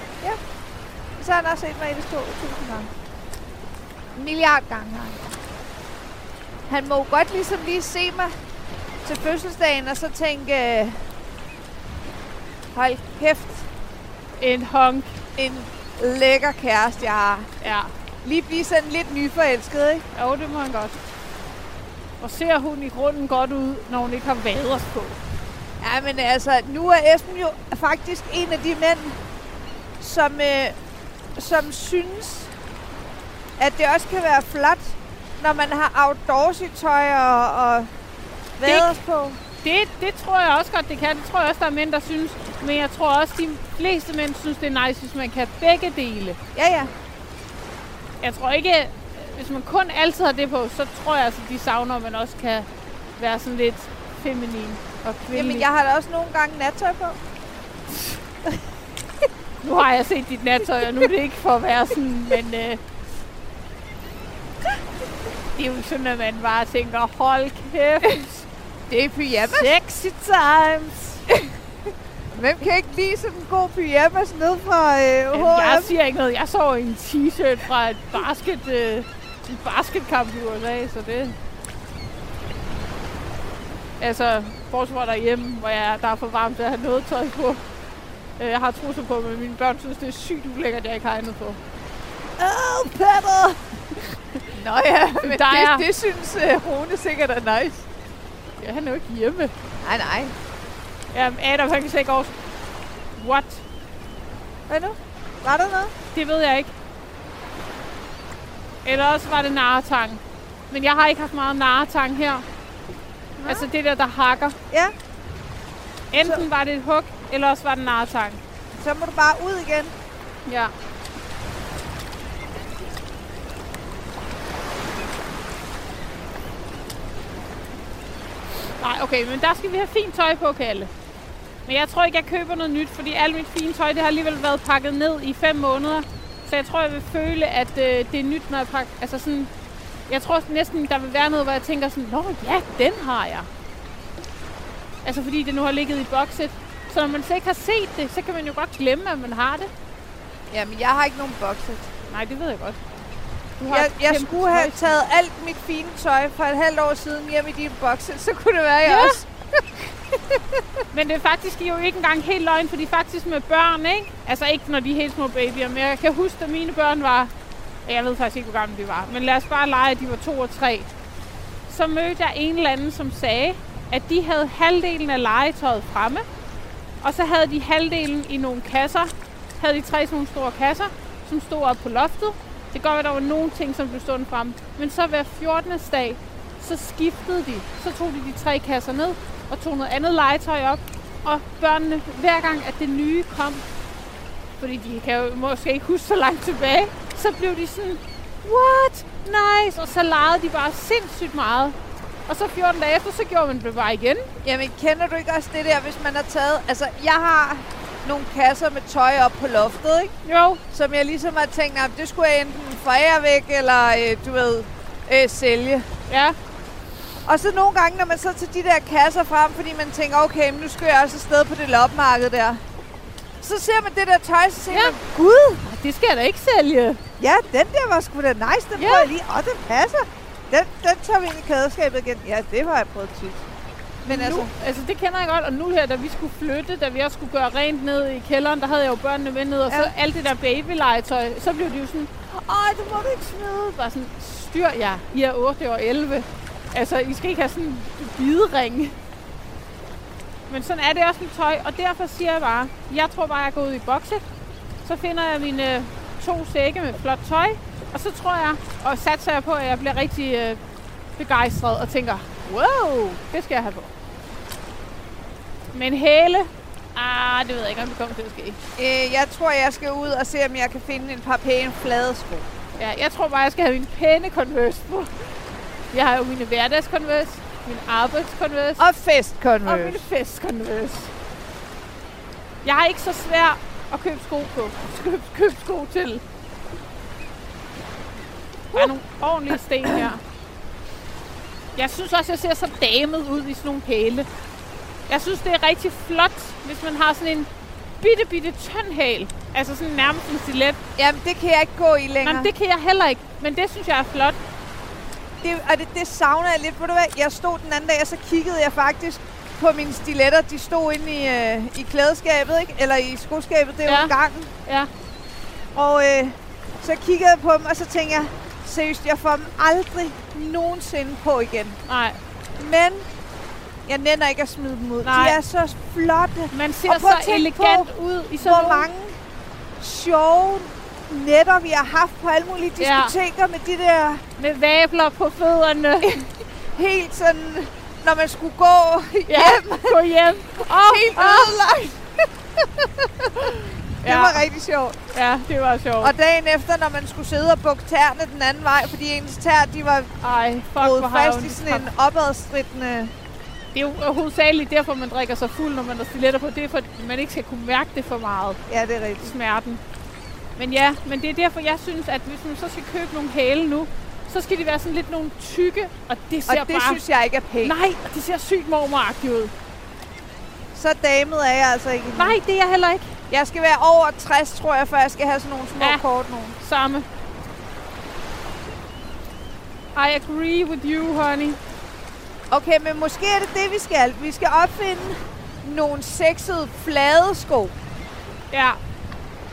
S3: Så har han også set mig i det store tusind gange. En milliard gange har han. Han må jo godt ligesom lige se mig til fødselsdagen, og så tænke... øh, Hold kæft,
S2: En honk.
S3: en lækker kæreste, jeg har.
S2: Ja.
S3: Lige blive sådan lidt nyforelsket, ikke?
S2: Jo, det må han godt. Og ser hun i grunden godt ud, når hun ikke har vaders på?
S3: Ja, men altså, nu er Esben jo faktisk en af de mænd, som, øh, som synes, at det også kan være flot, når man har outdoors i tøj og, og vaders på.
S2: Det, det tror jeg også godt, det kan. Det tror jeg også, der er mænd, der synes. Men jeg tror også, de fleste mænd synes, det er nice, hvis man kan begge dele.
S3: Ja, ja.
S2: Jeg tror ikke, hvis man kun altid har det på, så tror jeg altså, de savner, at man også kan være sådan lidt feminin og kvindelig.
S3: Jamen, jeg har da også nogle gange nattøj på.
S2: Nu har jeg set dit nattøj, og nu er det ikke for at være sådan, men... Øh, det er jo ikke sådan, at man bare tænker, hold kæft,
S3: Det er pyjamas.
S2: sexy times.
S3: Hvem kan ikke lide sådan en god pyjamas ned fra øh,
S2: Jamen, jeg
S3: H&M?
S2: siger ikke noget. Jeg så en t-shirt fra et basket, øh, en basketkamp i USA, så det... Altså, bortset fra derhjemme, hvor jeg, der er for varmt, så jeg har noget tøj på. Øh, Jeg har trusser på, men mine børn synes, det er sygt ulækkert, jeg ikke har andet på.
S3: Åh, Petter! Nå ja, men
S2: Der er-
S3: det, det synes øh, Rune sikkert er nice.
S2: Ja, han er jo ikke hjemme.
S3: Nej, nej.
S2: Jamen, Adam, han kan slet ikke over... What?
S3: Hvad nu? Var der noget?
S2: Det ved jeg ikke. Eller også var det narretang. Men jeg har ikke haft meget narretang her. Altså det der, der hakker.
S3: Ja.
S2: Enten var det et hug, eller også var det narretang.
S3: Så må du bare ud igen.
S2: Ja. Nej, okay, men der skal vi have fint tøj på, Kalle. Men jeg tror ikke, jeg køber noget nyt, fordi alt mit fine tøj, det har alligevel været pakket ned i fem måneder. Så jeg tror, jeg vil føle, at øh, det er nyt, når jeg pakker... Altså sådan... Jeg tror næsten, der vil være noget, hvor jeg tænker sådan, Nå ja, den har jeg. Altså fordi det nu har ligget i bokset. Så når man så ikke har set det, så kan man jo godt glemme, at man har det.
S3: Jamen, jeg har ikke nogen bokset.
S2: Nej, det ved jeg godt. Du har
S3: Jeg,
S2: et
S3: jeg
S2: kæmpe
S3: skulle have
S2: tøj.
S3: taget alt mit fine tøj for et halvt år siden hjem i din bokset, så kunne det være, jeg
S2: Ja.
S3: også...
S2: Men det er faktisk jo ikke engang helt løgn, fordi faktisk med børn, ikke? Altså ikke når de er helt små babyer, men jeg kan huske, da mine børn var... ja, Jeg ved faktisk ikke, hvor gamle de var, men lad os bare lege, at de var to og tre. Så mødte jeg en eller anden, som sagde, at de havde halvdelen af legetøjet fremme, og så havde de halvdelen i nogle kasser. Havde de tre sådan nogle store kasser, som stod op på loftet. Det kan godt være, at der var nogle ting, som blev stående fremme. Men så hver 14. dag, så skiftede de. Så tog de de tre kasser ned og tog noget andet legetøj op. Og børnene, hver gang at det nye kom, fordi de kan jo måske ikke huske så langt tilbage, så blev de sådan, what, nice, og så legede de bare sindssygt meget. Og så 14 dage efter, så gjorde man det bare igen.
S3: Jamen, kender du ikke også det der, hvis man har taget... Altså, jeg har nogle kasser med tøj op på loftet, ikke?
S2: Jo,
S3: Som jeg ligesom har tænkt, at det skulle jeg enten forære væk, eller øh, du ved, øh, sælge.
S2: ja,
S3: Og så nogle gange, når man så tager de der kasser frem, fordi man tænker, okay, men nu skal jeg også afsted på det lopmarked der. Så ser man det der tøj, så tænker
S2: Ja.
S3: ja. man, gud,
S2: det skal jeg da ikke sælge.
S3: Ja, den der var sgu da nice. Den
S2: Ja.
S3: yeah. prøver jeg lige. Åh, den passer. Den, den tager vi ind i kædeskabet igen. Ja, det har jeg prøvet tit. Men
S2: Men altså,
S3: altså,
S2: nu, altså, det kender jeg godt, og nu her, da vi skulle flytte, da vi også skulle gøre rent ned i kælderen, der havde jeg jo børnene med ned, og ja. så
S3: Ja.
S2: alt det der babylegetøj, så blev de jo sådan, åh, det må du ikke smide. Bare sådan, styr jer, I er 8 og 11. Altså, I skal ikke have sådan en bidering. Men sådan er det også med tøj, og derfor siger jeg bare, jeg tror bare, jeg går ud i bokset, så finder jeg mine øh, to sække med flot tøj, og så tror jeg, og satser jeg på, at jeg bliver rigtig øh, begejstret og tænker, wow, det skal jeg have på. Men hæle? Ah, det ved jeg ikke, om det kommer til at ske.
S3: øh, jeg tror, jeg skal ud og se, om jeg kan finde et par pæne flade sko.
S2: Ja, jeg tror bare, jeg skal have mine pæne Converse på. Jeg har jo mine hverdags Converse, min arbejds Converse
S3: Og fest,
S2: og mine
S3: Converse.
S2: fest Converse. Jeg er ikke så svær at købe sko på. Køb, køb sko til. Der er nogle ordentlige sten her. Jeg synes også, jeg ser så damet ud i sådan nogle hæle. Jeg synes, det er rigtig flot, hvis man har sådan en bitte, bitte tynd hæl. Altså sådan nærmest en stilet.
S3: Jamen, det kan jeg ikke gå i længere.
S2: Jamen, det kan jeg heller ikke, men det synes jeg er flot.
S3: det, og det, det savner jeg lidt. Ved du hvad, jeg stod den anden dag, og så kiggede jeg faktisk på mine stiletter. De stod inde i, øh, i klædeskabet, ikke? Eller i skoskabet, det er
S2: Ja.
S3: jo gangen.
S2: Ja.
S3: Og øh, så kiggede jeg på dem, og så tænkte jeg, seriøst, jeg får dem aldrig nogensinde på igen.
S2: Nej,
S3: Men jeg nænder ikke at smide dem ud.
S2: Nej.
S3: De er så flotte.
S2: man ser
S3: Og prøv at
S2: så
S3: tænke på,
S2: elegant ud i sådan
S3: Hvor
S2: nogle-
S3: mange sjove netter, vi har haft på alle mulige
S2: Ja.
S3: diskoteker ja. med de der
S2: med vabler på fødderne.
S3: helt sådan, når man skulle gå
S2: Ja, gå hjem. Oh,
S3: helt
S2: oh,
S3: ødelagt. Det
S2: Ja.
S3: var rigtig sjovt.
S2: ja, det var sjovt.
S3: Og dagen efter, når man skulle sidde og bukke tæerne den anden vej, fordi ens tæer, de var
S2: Ej, fuck, hvor
S3: rodet
S2: har jeg
S3: fast i
S2: ondt i
S3: sådan en
S2: kroppen.
S3: opadstridende...
S2: Det er jo hovedsageligt derfor, man drikker sig fuld, når man har stiletter på. Det er for, at man ikke skal kunne mærke det for meget,
S3: Ja, det er rigtigt.
S2: smerten. Men ja, men det er derfor, jeg synes, at hvis man så skal købe nogle hæle nu, så skal de være sådan lidt nogle tykke, og det
S3: Og
S2: ser
S3: det
S2: bare...
S3: synes jeg ikke er pænt.
S2: Nej, de ser sygt mormoragtigt ud.
S3: Så damet er jeg altså ikke. endnu.
S2: Nej, det er jeg heller ikke.
S3: Jeg skal være over 60, tror jeg, før jeg skal have sådan nogle små
S2: Ja.
S3: ja. kort nogen.
S2: Samme. I agree with you, honey.
S3: Okay, men måske er det det, vi skal. Vi skal opfinde nogle sexede, flade sko.
S2: Ja.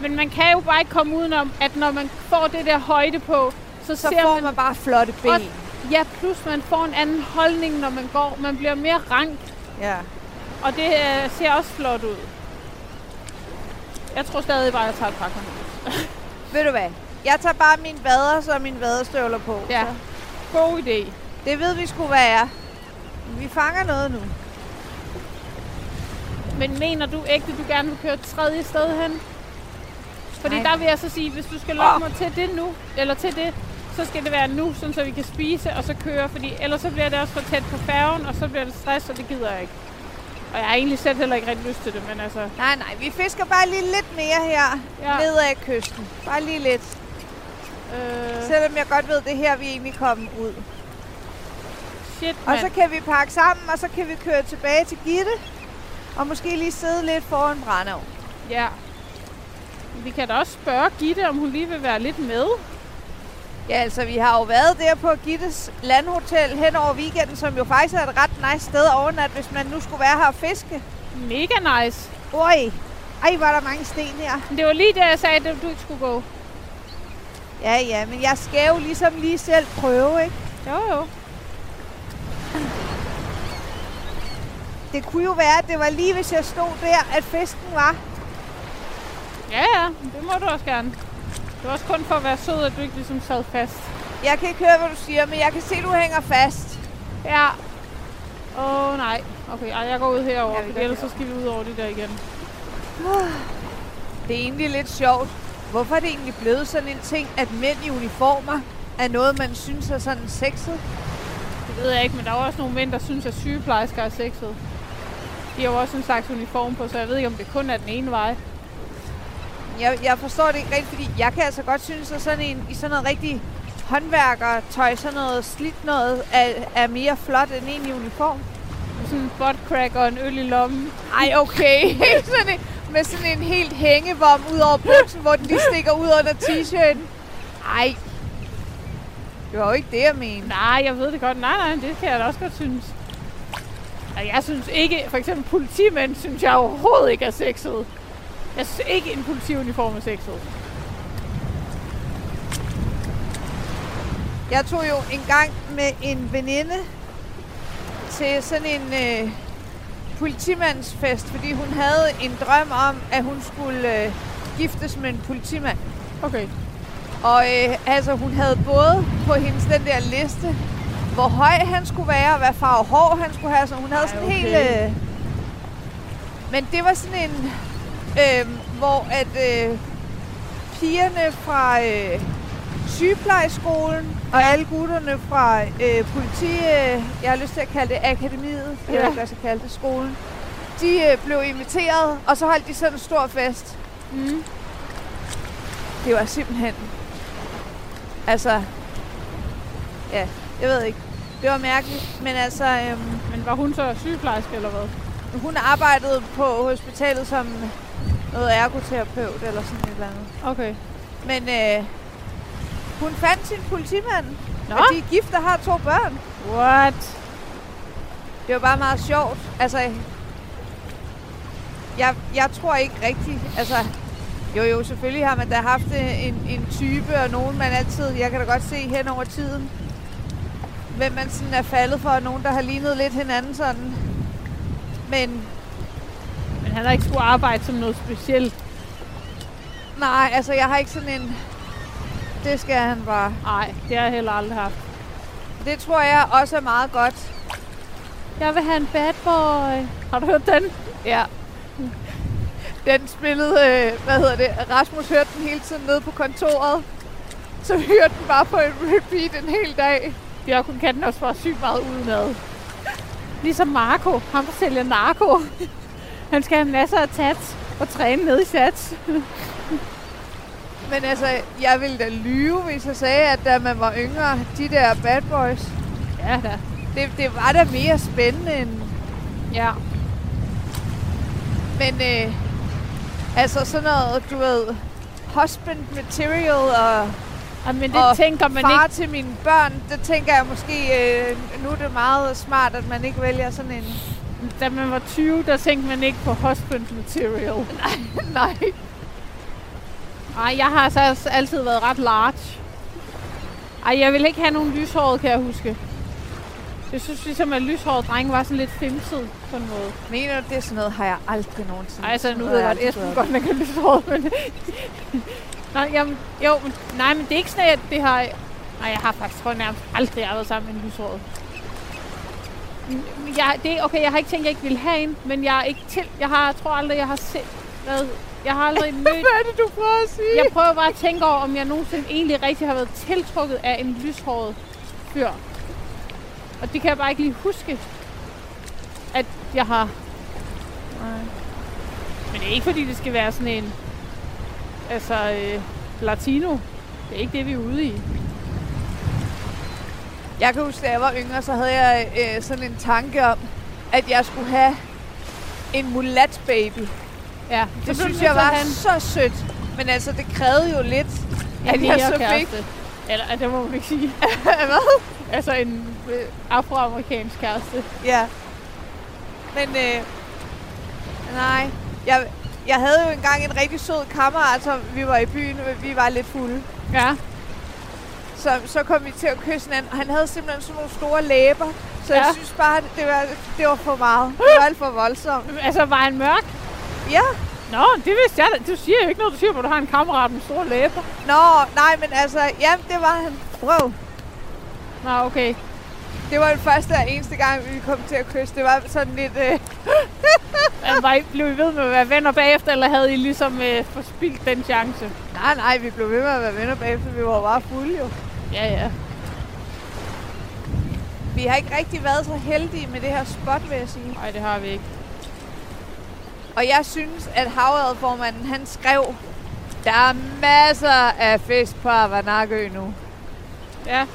S2: Men man kan jo bare ikke komme udenom, at når man får det der højde på, så,
S3: Så
S2: ser
S3: får
S2: man
S3: man bare flotte ben.
S2: Også- Ja, plus man får en anden holdning, når man går. Man bliver mere rank,
S3: Ja.
S2: og det øh, ser også flot ud. Jeg tror stadig bare, at jeg tager et par kondomer.
S3: Ved du hvad? Jeg tager bare mine vaders og mine vaderstøvler på.
S2: Ja.
S3: så.
S2: God idé.
S3: Det ved vi sgu, hvad er. Vi fanger noget nu.
S2: Men mener du ægte, du gerne vil køre et tredje sted hen? Fordi
S3: Nej.
S2: der vil jeg så sige, hvis du skal lokke mig til det nu, eller til det, så skal det være nu, sådan så vi kan spise og så køre, fordi ellers så bliver det også for tæt på færgen, og så bliver det stress, og det gider jeg ikke. Og jeg har egentlig selv heller ikke rigtig lyst til det, men altså,
S3: Nej, nej, vi fisker bare lige lidt mere her
S2: ja.
S3: ja. ned ad kysten. Bare lige lidt.
S2: Øh,
S3: Selvom jeg godt ved, det er her, vi egentlig kom ud.
S2: shit,
S3: Og
S2: mand.
S3: så kan vi pakke sammen, og så kan vi køre tilbage til Gitte. Og måske lige sidde lidt foran Brandov.
S2: Ja. Vi kan da også spørge Gitte, om hun lige vil være lidt med.
S3: Ja, altså, vi har jo været der på Gittes landhotel hen over weekenden, som jo faktisk er et ret nice sted at overnatte, hvis man nu skulle være her og fiske.
S2: Mega nice.
S3: Oj, ej, var der mange sten her.
S2: Men det var lige der, jeg sagde, at du ikke skulle gå.
S3: Ja, ja, men jeg skal jo ligesom lige selv prøve, ikke?
S2: Jo, jo.
S3: Det kunne jo være, at det var lige, hvis jeg stod der, at fisken var.
S2: Ja, ja. Det må du også gerne. Det var også kun for at være sød, at du ikke ligesom sad fast.
S3: Jeg kan ikke høre, hvad du siger, men jeg kan se, at du hænger fast.
S2: Ja. Åh, oh, nej. Okay, ej, jeg går ud herover,
S3: Ja, vi
S2: ja,
S3: går
S2: ellers så skal vi ud over det der igen.
S3: Det er egentlig lidt sjovt. Hvorfor er det egentlig blevet sådan en ting, at mænd i uniformer er noget, man synes er sådan sexet?
S2: Det ved jeg ikke, men der er jo også nogle mænd, der synes, at sygeplejersker er sexede. De har jo også en slags uniform på, så jeg ved ikke, om det kun er den ene vej.
S3: Jeg, jeg forstår det ikke rigtigt, fordi jeg kan altså godt synes, at sådan en i sådan noget rigtig håndværkertøj, sådan noget slidt noget, er, er mere flot end en i uniform.
S2: Sådan en buttcrack og en øl i lommen.
S3: Ej, okay. sådan en, med sådan en helt hængevom ud over buksen, hvor den lige stikker ud under t-shirten. Ej. Det var jo ikke det, jeg mente.
S2: Nej, jeg ved det godt. Nej, nej, det kan jeg da også godt synes. Og jeg synes ikke, for eksempel politimænd, synes jeg overhovedet ikke er sexet. Jeg synes ikke, en politiuniform er sexet.
S3: Jeg tog jo en gang med en veninde til sådan en øh, politimandsfest, fordi hun havde en drøm om, at hun skulle øh, giftes med en politimand.
S2: Okay.
S3: Og øh, altså, hun havde både på hendes den der liste, hvor høj han skulle være, og hvad farve hår han skulle have. Så hun havde
S2: Ej,
S3: sådan
S2: okay.
S3: helt... Øh, men det var sådan en... Øh, hvor at øh, pigerne fra øh, sygeplejeskolen og alle gutterne fra øh, politi, øh, jeg har lyst til at kalde det akademiet, ja. jeg
S2: Ja.
S3: vil også kalde det skolen, de øh, blev inviteret, og så holdt de sådan en stor fest.
S2: Mm.
S3: Det var simpelthen... Altså... Ja, jeg ved ikke. Det var mærkeligt, men altså... Øhm,
S2: Men var hun så sygeplejerske eller hvad?
S3: hun arbejdede på hospitalet som noget ergoterapeut eller sådan et eller andet.
S2: Okay.
S3: Men øh, hun fandt sin politimand,
S2: Nå.
S3: og de er gift og har to børn.
S2: What?
S3: Det var bare meget sjovt. Altså, jeg, jeg tror ikke rigtigt. Altså, jo jo, selvfølgelig har man da haft øh, en, en type, og nogen man altid, jeg kan da godt se hen over tiden, hvem man sådan er faldet for, og nogen, der har lignet lidt hinanden sådan. Men
S2: Men han har ikke skulle arbejde som noget specielt.
S3: nej, altså jeg har ikke sådan en, det skal han bare.
S2: Nej, det har jeg heller aldrig haft.
S3: Det tror jeg også er meget godt.
S2: Jeg vil have en bad boy. Har du hørt den?
S3: Ja. Den spillede, øh, hvad hedder det, Rasmus hørte den hele tiden nede på kontoret. Så vi hørte den bare på en repeat en hel dag.
S2: Jeg kun kan den også bare sygt meget udenad. Ligesom Marco, ham der sælger narko. Han skal have masser af tats og træne ned i sats.
S3: Men altså, jeg ville da lyve, hvis jeg sagde, at da man var yngre, de der bad boys,
S2: Ja da.
S3: det, det var da mere spændende end...
S2: Ja.
S3: Men øh, altså sådan noget, du ved, husband material og
S2: Ej, Men det
S3: Og
S2: og tænker man
S3: far
S2: ikke.
S3: ikke... til mine børn, det tænker jeg måske, øh, nu er det meget smart, at man ikke vælger sådan en...
S2: Da man var 20, der tænkte man ikke på husband material.
S3: Nej,
S2: Ej, jeg har altså als- altid været ret large. Ej, jeg ville ikke have nogen lyshåret, kan jeg huske. Jeg synes ligesom, at lyshåret drenge var sådan lidt femset på en måde.
S3: Mener du, det er sådan noget, har jeg aldrig nogensinde.
S2: Ej, altså nu
S3: Ja,
S2: ved jeg godt,
S3: det
S2: Esben
S3: tror
S2: godt, man kan blive såret, men... nej, jamen, jo, men, nej, men det er ikke sådan, at det har... Nej, jeg har faktisk, tror jeg, nærmest aldrig arbejdet sammen med en lyshåret. Mm, Jeg, det, okay, jeg har ikke tænkt, at jeg ikke ville have en, men jeg er ikke til... Jeg har, jeg tror aldrig, jeg har set... Hvad, jeg har aldrig mødt...
S3: Hvad er det, du prøver at sige?
S2: Jeg prøver bare at tænke over, om jeg nogensinde egentlig rigtig har været tiltrukket af en lyshåret fyr. Og det kan jeg bare ikke lige huske, at jeg har. Men det er ikke fordi, det skal være sådan en altså, øh, latino. Det er ikke det, vi er ude i.
S3: Jeg kan huske, da jeg var yngre, så havde jeg øh, sådan en tanke om, at jeg skulle have en mulat baby.
S2: Ja,
S3: Det synes jeg var så sødt. Men altså, det krævede jo lidt, at jeg så fik...
S2: Eller, at det må man ikke sige.
S3: Hvad?
S2: Altså en øh, afroamerikansk kæreste.
S3: Ja. Men øh, nej, jeg, jeg havde jo engang en rigtig sød kammerat, som vi var i byen, men vi var lidt fulde.
S2: Ja.
S3: Så, så kom vi til at kysse hinanden, og han havde simpelthen sådan nogle store læber. Så ja. jeg
S2: Ja.
S3: synes bare, at det var, det var for meget. Det var alt for voldsomt.
S2: Altså, var han mørk?
S3: Ja.
S2: Nå, det vidste jeg da. Du siger jo ikke noget, du siger, hvor du har en kammerat med store læber.
S3: Nå, nej, men altså, jamen, det var han. Wow.
S2: Nå, okay.
S3: Det var den første og eneste gang, vi kom til at kysse. Det var sådan lidt... Øh,
S2: Men var I, blev I ved med at være venner bagefter, eller havde I ligesom øh, forspildt den chance?
S3: nej, nej, vi blev ved med at være venner bagefter. Vi var bare fulde jo.
S2: Ja, ja.
S3: Vi har ikke rigtig været så heldige med det her spot, vil jeg sige.
S2: Nej, det har vi ikke.
S3: Og jeg synes, at havadformanden, han skrev, der er masser af fisk på Avanakø nu.
S2: Ja,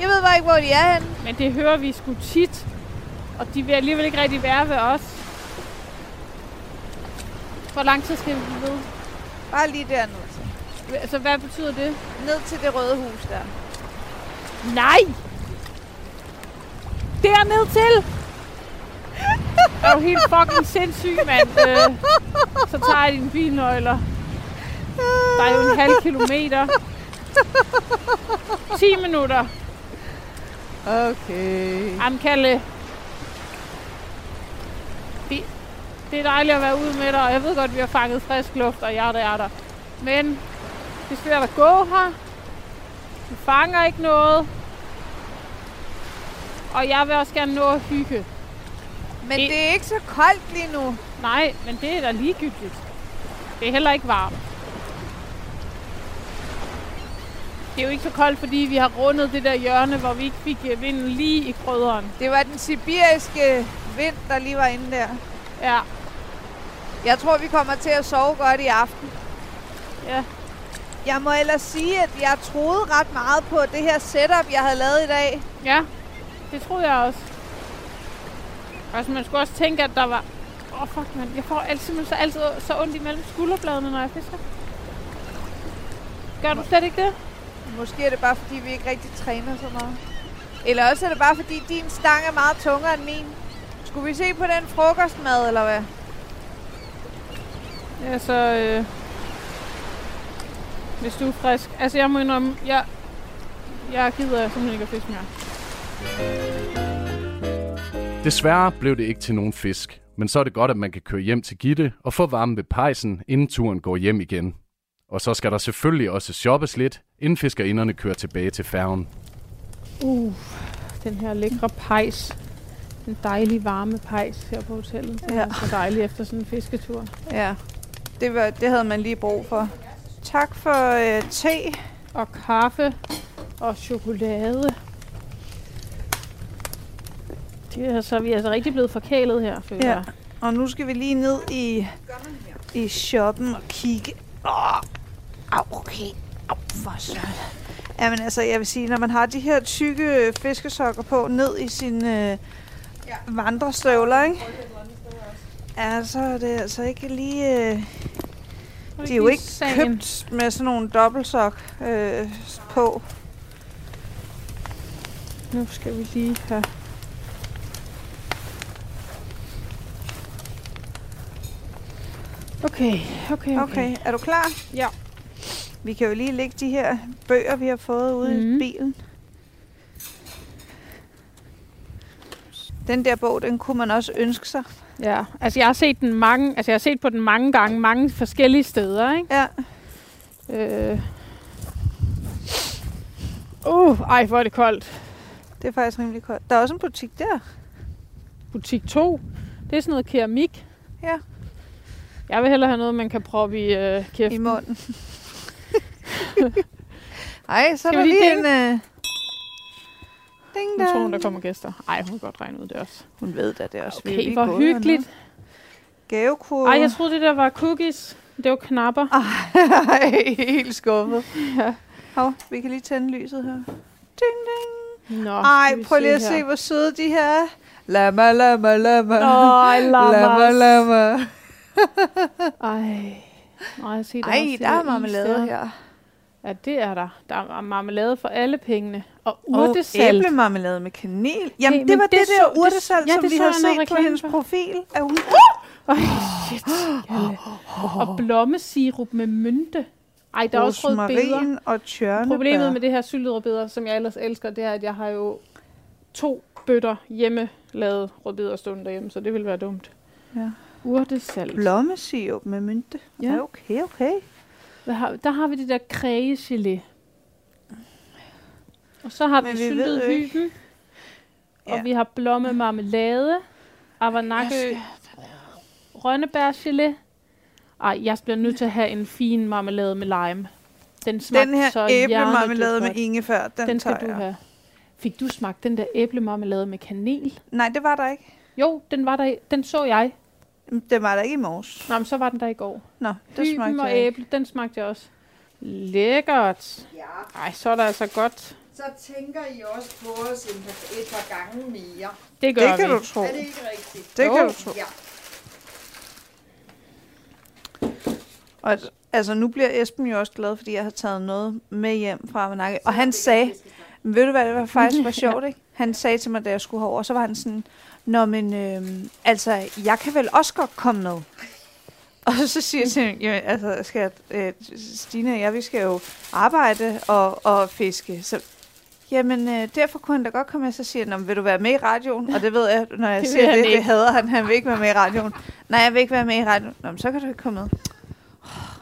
S3: Jeg ved bare ikke, hvor de er henne.
S2: men det hører vi sgu tit. Og de vil alligevel ikke rigtig være ved os. Hvor lang tid skal vi blive ved?
S3: Bare lige dernede.
S2: Altså, hvad betyder det?
S3: Ned til det røde hus der.
S2: Nej! Derned til! Er du helt fucking sindssyg, mand? Øh, så tager jeg dine bilnøgler. Der er jo en halv kilometer. 10 minutter.
S3: Okay.
S2: Jamen, Kalle. Det, det er dejligt at være ude med dig, og jeg ved godt, at vi har fanget frisk luft, og jeg der er der. Men det er svært at gå her. Du fanger ikke noget. Og jeg vil også gerne nå at hygge.
S3: Men
S2: Det-
S3: det er ikke så koldt lige nu.
S2: Nej, men det er da ligegyldigt. Det er heller ikke varmt. Det er jo ikke så koldt, fordi vi har rundet det der hjørne, hvor vi ikke fik øh, vinden lige i krydderen.
S3: Det var den sibiriske vind, der lige var inde der.
S2: Ja,
S3: Jeg tror, vi kommer til at sove godt i aften.
S2: Ja.
S3: Jeg må ellers sige, at jeg troede ret meget på det her setup, jeg havde lavet i dag.
S2: ja. Det troede jeg også. Altså, man skulle også tænke, at der var... Åh, oh, fuck, man. Jeg får altid, så, altid så ondt imellem skulderbladene, når jeg fisker. Gør du slet ikke det?
S3: Måske er det bare, fordi vi ikke rigtig træner så meget. Eller også er det bare, fordi din stang er meget tungere end min. Skulle vi se på den frokostmad, eller hvad?
S2: Altså, øh, hvis du er frisk. Altså, jeg må indrømme, jeg, jeg gider simpelthen ikke at fiske mere.
S4: Desværre blev det ikke til nogen fisk, men så er det godt, at man kan køre hjem til Gitte og få varmen ved pejsen, inden turen går hjem igen. Og så skal der selvfølgelig også shoppes lidt, inden fiskerinderne kører tilbage til færgen.
S2: Uh, den her lækre pejs. Den dejlige varme pejs her på hotellet. Den
S3: Ja.
S2: er så dejlig efter sådan en fisketur.
S3: Ja, det, var, det havde man lige brug for. Tak for øh, te.
S2: Og kaffe og chokolade. Det er, så vi er altså rigtig blevet forkælet her, føler
S3: Ja.
S2: jeg.
S3: Og nu skal vi lige ned i, i shoppen og kigge. Åh, au, okay. Au, for søren. Jamen altså, jeg vil sige, når man har de her tykke øh, fiskesokker på ned i sine øh, vandrestøvler, ikke? Ja, så er det altså ikke lige... Øh, de er jo
S2: lige
S3: ikke
S2: sagen.
S3: købt med sådan nogle dobbeltsok øh, på.
S2: Nu skal vi lige have... Okay, okay, okay.
S3: Okay, er du klar?
S2: Ja.
S3: Vi kan jo lige lægge de her bøger, vi har fået ude mm.
S2: Mhm.
S3: i bilen. Den der bog, den kunne man også ønske sig.
S2: Ja, altså jeg har set den mange, altså jeg har set på den mange gange, mange forskellige steder, ikke?
S3: Ja,
S2: Øh. Uh, ej, hvor er det koldt.
S3: det er faktisk rimelig koldt. Der er også en butik der.
S2: Butik 2, det er sådan noget keramik.
S3: Ja.
S2: Jeg vil hellere have noget, man kan proppe i øh, kæft.
S3: i munden. Ej, så er
S2: vi
S3: der
S2: lige
S3: lige en...
S2: ding?
S3: Øh... Ding
S2: Nu tror hun, der kommer gæster. Ej, hun kan godt regne ud det også.
S3: Hun ved da det også. Vi er jo
S2: Okay,
S3: lige
S2: hvor
S3: gået hernede.
S2: hyggeligt.
S3: Gavekurve.
S2: Ej, jeg troede, det der var cookies. Det var knapper.
S3: Ej, helt skuffet.
S2: Ja.
S3: Hov, vi kan lige tænde lyset her. Ding, ding.
S2: Nå, skal
S3: Ej,
S2: vi
S3: prøv lige at
S2: her.
S3: se, hvor søde de her er. Lama, lama, lama.
S2: Åh, oh,
S3: lama, lama.
S2: Ej. Nej, se, der
S3: Ej,
S2: også
S3: der er
S2: is
S3: marmelade her.
S2: Ja, det er der. Der er marmelade for alle pengene. Og
S3: Og
S2: urtesalt.
S3: æblemarmelade med kanel. Jamen,
S2: men
S3: det var
S2: det
S3: det,
S2: så-
S3: der
S2: det-
S3: urtesalt,
S2: ja,
S3: som
S2: det
S3: vi
S2: så
S3: har
S2: jeg noget
S3: set på
S2: reklame
S3: hendes
S2: for.
S3: profil. Er hun...
S2: Ej, shit. Kalle. Og blommesirup med mynte. Ej, der er også røde beder.
S3: Rosmarin og tjørnebær.
S2: Problemet med det her syltede som jeg ellers elsker, det er, at jeg har jo to bøtter hjemme lavet rødbeder stående derhjemme, så det ville være dumt.
S3: Ja.
S2: Urtesalt.
S3: Blommesirup med mynte.
S2: Ja.
S3: Ja, okay, okay.
S2: Hvad har, der har vi det der krægegelé. Og så har
S3: Men
S2: vi
S3: vi ved
S2: syltet
S3: jo ikke.
S2: hyben. Og
S3: Ja.
S2: vi har blomme marmelade. Avanakke rønnebærgelé. Ej, jeg bliver nødt til at have en fin marmelade med lime. Den smagte
S3: Den her
S2: så
S3: æblemarmelade med
S2: hjernedybt
S3: ingefær, den,
S2: godt. Den skal
S3: tager
S2: du
S3: jeg.
S2: have. Fik du smagt den der æblemarmelade med kanel?
S3: Nej, det var der ikke.
S2: Jo, den var der. i- Den så jeg.
S3: Det var der ikke i morges.
S2: Nå, men så var den der i går.
S3: Nå, det
S2: Hyben
S3: smagte
S2: og
S3: jeg ikke.
S2: æble, den smagte jeg også. Lækkert.
S5: Ja,
S2: Ej, så er der altså godt.
S5: så tænker I også på os en par, et par gange mere.
S2: Det gør
S3: Det kan
S2: vi.
S3: du tro.
S5: Er det ikke rigtigt?
S3: Det
S2: Jo.
S3: kan du tro.
S5: Ja.
S3: Og at- altså, nu bliver Esben jo også glad, fordi jeg har taget noget med hjem fra Amanakke. Og han sagde, ved du hvad, det var faktisk var sjovt, ikke? Han sagde til mig, da jeg skulle herover, så var han sådan, Nå, men øhm, altså, jeg kan vel også godt komme med. Og så siger jeg til ham, jamen, altså, skal jeg, øh, Stine og jeg, vi skal jo arbejde og, og fiske. Så, jamen, øh, derfor kunne han da godt komme med. Så siger han, "Nå, men vil du være med i radioen? Og det ved jeg, når jeg
S2: Det
S3: det
S2: vil
S3: siger
S2: han
S3: det,
S2: ikke.
S3: det hader han. Han vil ikke være med i radioen. Nej, jeg vil ikke være med i radioen. Nå, men så kan du ikke komme med.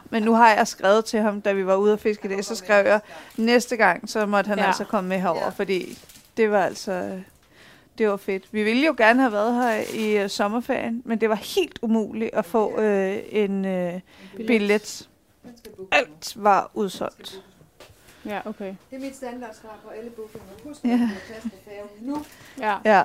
S3: Men nu har jeg skrevet til ham, da vi var ude at fiske i dag, så skrev jeg, næste gang, så måtte han
S2: Ja.
S3: ja. altså komme med herover,
S5: Ja.
S3: ja. fordi det var altså... øh, Det var fedt. Vi ville jo gerne have været her i øh, sommerferien, men det var helt umuligt at få øh, en øh, billet. Alt var udsolgt.
S2: Ja, okay.
S5: Det er mit standardsvar på alle bookinger. Husk,
S3: Ja.
S5: at du har plads på færgen nu.
S2: Ja.
S3: Ja.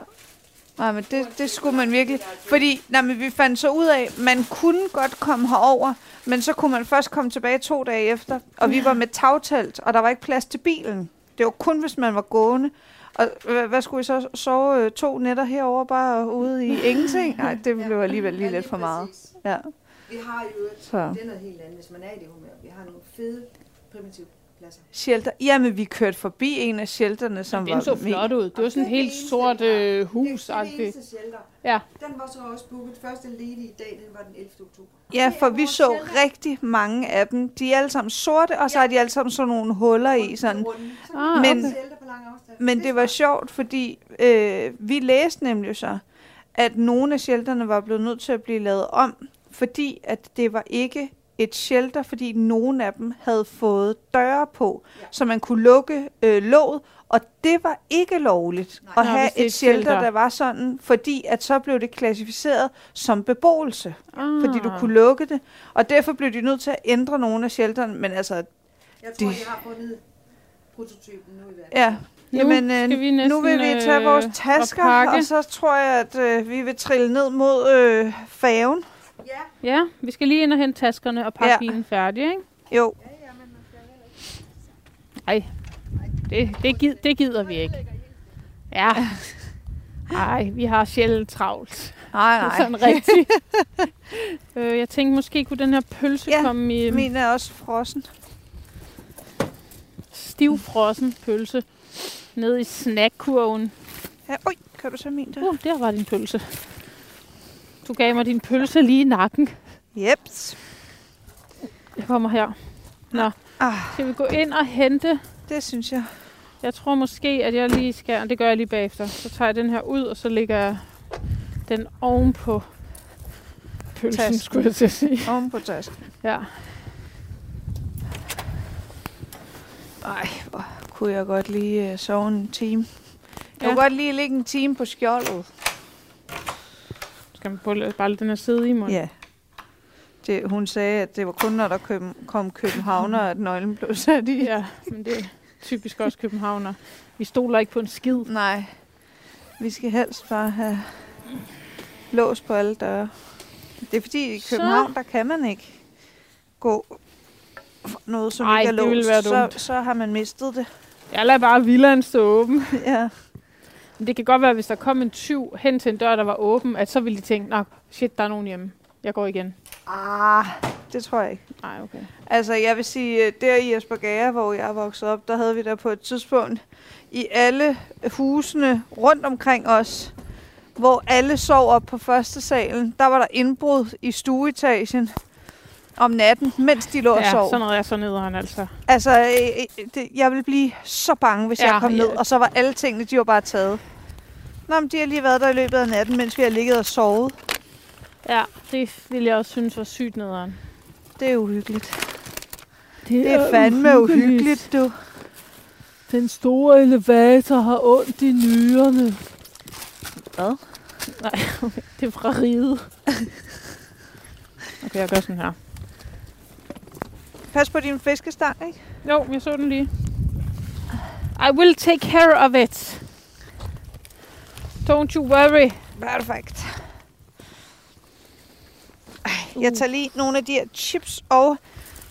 S3: Nej, men det, det skulle man virkelig. Fordi nej, men vi fandt så ud af, at man kunne godt komme herover, men så kunne man først komme tilbage to dage efter. Og vi var med tagtelt, og der var ikke plads til bilen. Det var kun, hvis man var gående. Og hvad, hvad skulle I så sove øh, to nætter herover bare ude i ingenting? Nej, det blev alligevel lige
S5: Ja,
S3: lidt for meget.
S5: præcis.
S3: Ja.
S5: Vi har jo et,
S3: Så.
S5: det er noget helt andet, hvis man er i det humør. Vi har nogle fede, primitive pladser.
S3: Shelter. Jamen, vi kørte forbi en af shelterne, som
S2: Den
S3: var
S2: så
S3: mega-
S2: flot ud. Det var sådan et
S5: Det er
S2: helt
S5: det
S2: sort
S5: eneste,
S2: øh,
S5: det,
S2: hus
S5: det er det
S2: -agtigt.
S5: eneste shelter.
S2: Ja.
S5: Den var så også booket. Første ledige dag, den var den 11. oktober.
S3: Ja,
S5: Det er
S3: for vi
S5: vores
S3: så
S5: shelter.
S3: rigtig mange af dem. De er alle sammen sorte, og så
S5: Ja.
S3: har de alle sammen sådan nogle huller i. Sådan.
S5: Runde. Så
S2: Ah,
S5: kan
S3: Men-
S5: man shelter på lang afstand.
S3: Men det var sjovt, fordi øh, vi læste nemlig så, at nogle af shelterne var blevet nødt til at blive lavet om, fordi at det var ikke et shelter, fordi nogle af dem havde fået døre på,
S5: Ja.
S3: så man kunne lukke øh, låget, og det var ikke lovligt
S5: Nej.
S3: at
S2: Nå,
S3: have
S2: hvis det er
S3: et
S2: et
S3: shelter,
S2: shelter.
S3: der var sådan, fordi at så blev det klassificeret som beboelse
S2: Ah.
S3: fordi du kunne lukke det. Og derfor blev de nødt til at ændre nogle af shelterne, men altså,
S5: Jeg tror,
S3: det-
S5: jeg har fundet prototypen nu i hvert fald.
S3: ja.
S2: Nu
S3: Jamen, øh,
S2: skal vi
S3: nu
S2: næsten,
S3: vil vi tage
S2: øh,
S3: vores
S2: og
S3: tasker, og,
S2: pakke.
S3: og så tror jeg, at øh, vi vil trille ned mod øh, faven.
S5: Ja,
S2: Ja, vi skal lige ind og hente taskerne og pakke
S3: Ja.
S2: ja. bilen færdig, ikke?
S3: Jo,
S5: ja, ja, men man skal heller ikke.
S2: Ej, det, det, gid, det gider vi ikke. Ja. Ej, vi har sjældent travlt.
S3: nej,
S2: Nej.
S3: nej.
S2: Sådan rigtigt. øh, jeg tænkte, måske kunne den her pølse
S3: Ja,
S2: ja, komme i min...
S3: Min er også frossen.
S2: stivfrossen pølse ned i snackkurven.
S3: Ja, oj, kan du så min der?
S2: Uh, der var din pølse. Du gav mig din pølse lige i nakken.
S3: Jeps.
S2: Jeg kommer her. Nå,
S3: Ah.
S2: skal vi gå ind og hente
S3: Det synes jeg.
S2: Jeg tror måske, at jeg lige skal, og det gør jeg lige bagefter, så tager jeg den her ud, og så lægger jeg den ovenpå pølsen,
S3: Tasken.
S2: skulle jeg til at sige.
S3: Oven på tasken.
S2: Ja.
S3: Ej, hvor kunne jeg godt lige øh, sove en time. Jeg
S2: Ja.
S3: kunne godt lige ligge en time på skjoldet.
S2: Så Skal man bare- bare lade den her sidde i munden?
S3: Ja. Det, hun sagde, at det var kun, når der kom, kom københavner, at nøglen blev sat i.
S2: ja. men det er typisk også københavner. Vi stoler ikke på en skid.
S3: Nej. Vi skal helst bare have lås på alle døre. Det er fordi, i
S2: Så-
S3: København, der kan man ikke gå for noget, som
S2: Ej,
S3: ikke er
S2: det ville
S3: låst.
S2: være
S3: så,
S2: dumt.
S3: så har man mistet det.
S2: Jeg lader bare villaen stå åben.
S3: ja.
S2: Men det kan godt være, at hvis der kom en tyv hen til en dør, der var åben, at så ville de tænke, nej, shit, der er nogen hjemme. Jeg går igen.
S3: Ah, det tror jeg ikke.
S2: Nej, okay.
S3: Altså, jeg vil sige, øh, der i Aspergager, hvor jeg er vokset op, der havde vi der på et tidspunkt i alle husene rundt omkring os, hvor alle sov op på første salen, der var der indbrud i stueetagen om natten, mens de lå og
S2: ja,
S3: sov.
S2: sådan noget er så nederen altså.
S3: Altså, øh, øh, det, jeg ville blive så bange, hvis ja,
S2: Ja,
S3: jeg kom ned,
S2: ja.
S3: og så var alle tingene, de var bare taget. Nå, men de har lige været der i løbet af natten, mens vi har ligget og sovet.
S2: Ja, det ville jeg også synes var sygt nederen.
S3: Det er uhyggeligt. Det
S2: Det
S3: er fandme uhyggeligt, du.
S2: Den store elevator har ondt i nyrerne.
S3: Hvad?
S2: Nej, okay. det er fra riget. Okay, jeg gør sådan her.
S3: Pas på din fiskestang, ikke?
S2: Jo, jeg så den lige. I will take care of it. Don't you worry.
S3: Perfekt. Ej, Jeg tager lige nogle af de her chips og,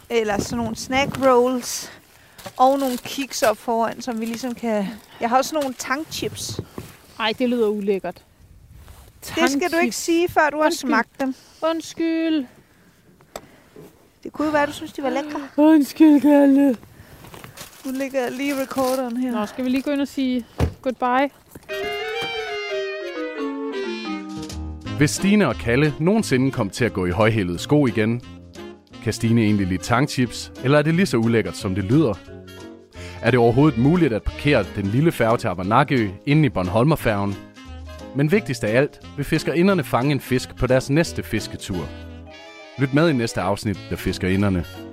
S3: eller sådan nogle snack rolls, og nogle kiks op foran, som vi ligesom kan... Jeg har også nogle tangchips.
S2: Ej, det lyder ulækkert.
S3: Det skal du ikke sige, før du har
S2: Undskyld.
S3: smagt dem.
S2: Undskyld.
S3: Det kunne jo være, du synes, de var lækre.
S2: Undskyld, Kalle.
S3: Nu ligger jeg lige recorderen her.
S2: Nå, skal vi lige gå ind og sige goodbye?
S4: Hvis Stine og Kalle nogensinde kom til at gå i højhælede sko igen, kan Stine egentlig lide tangchips, eller er det lige så ulækkert, som det lyder? Er det overhovedet muligt at parkere den lille færge til Avanakø inde i Bornholmerfærgen? Men vigtigst af alt vil fiskerinderne fange en fisk på deres næste fisketur. Lyt med i næste afsnit af Fiskerinderne.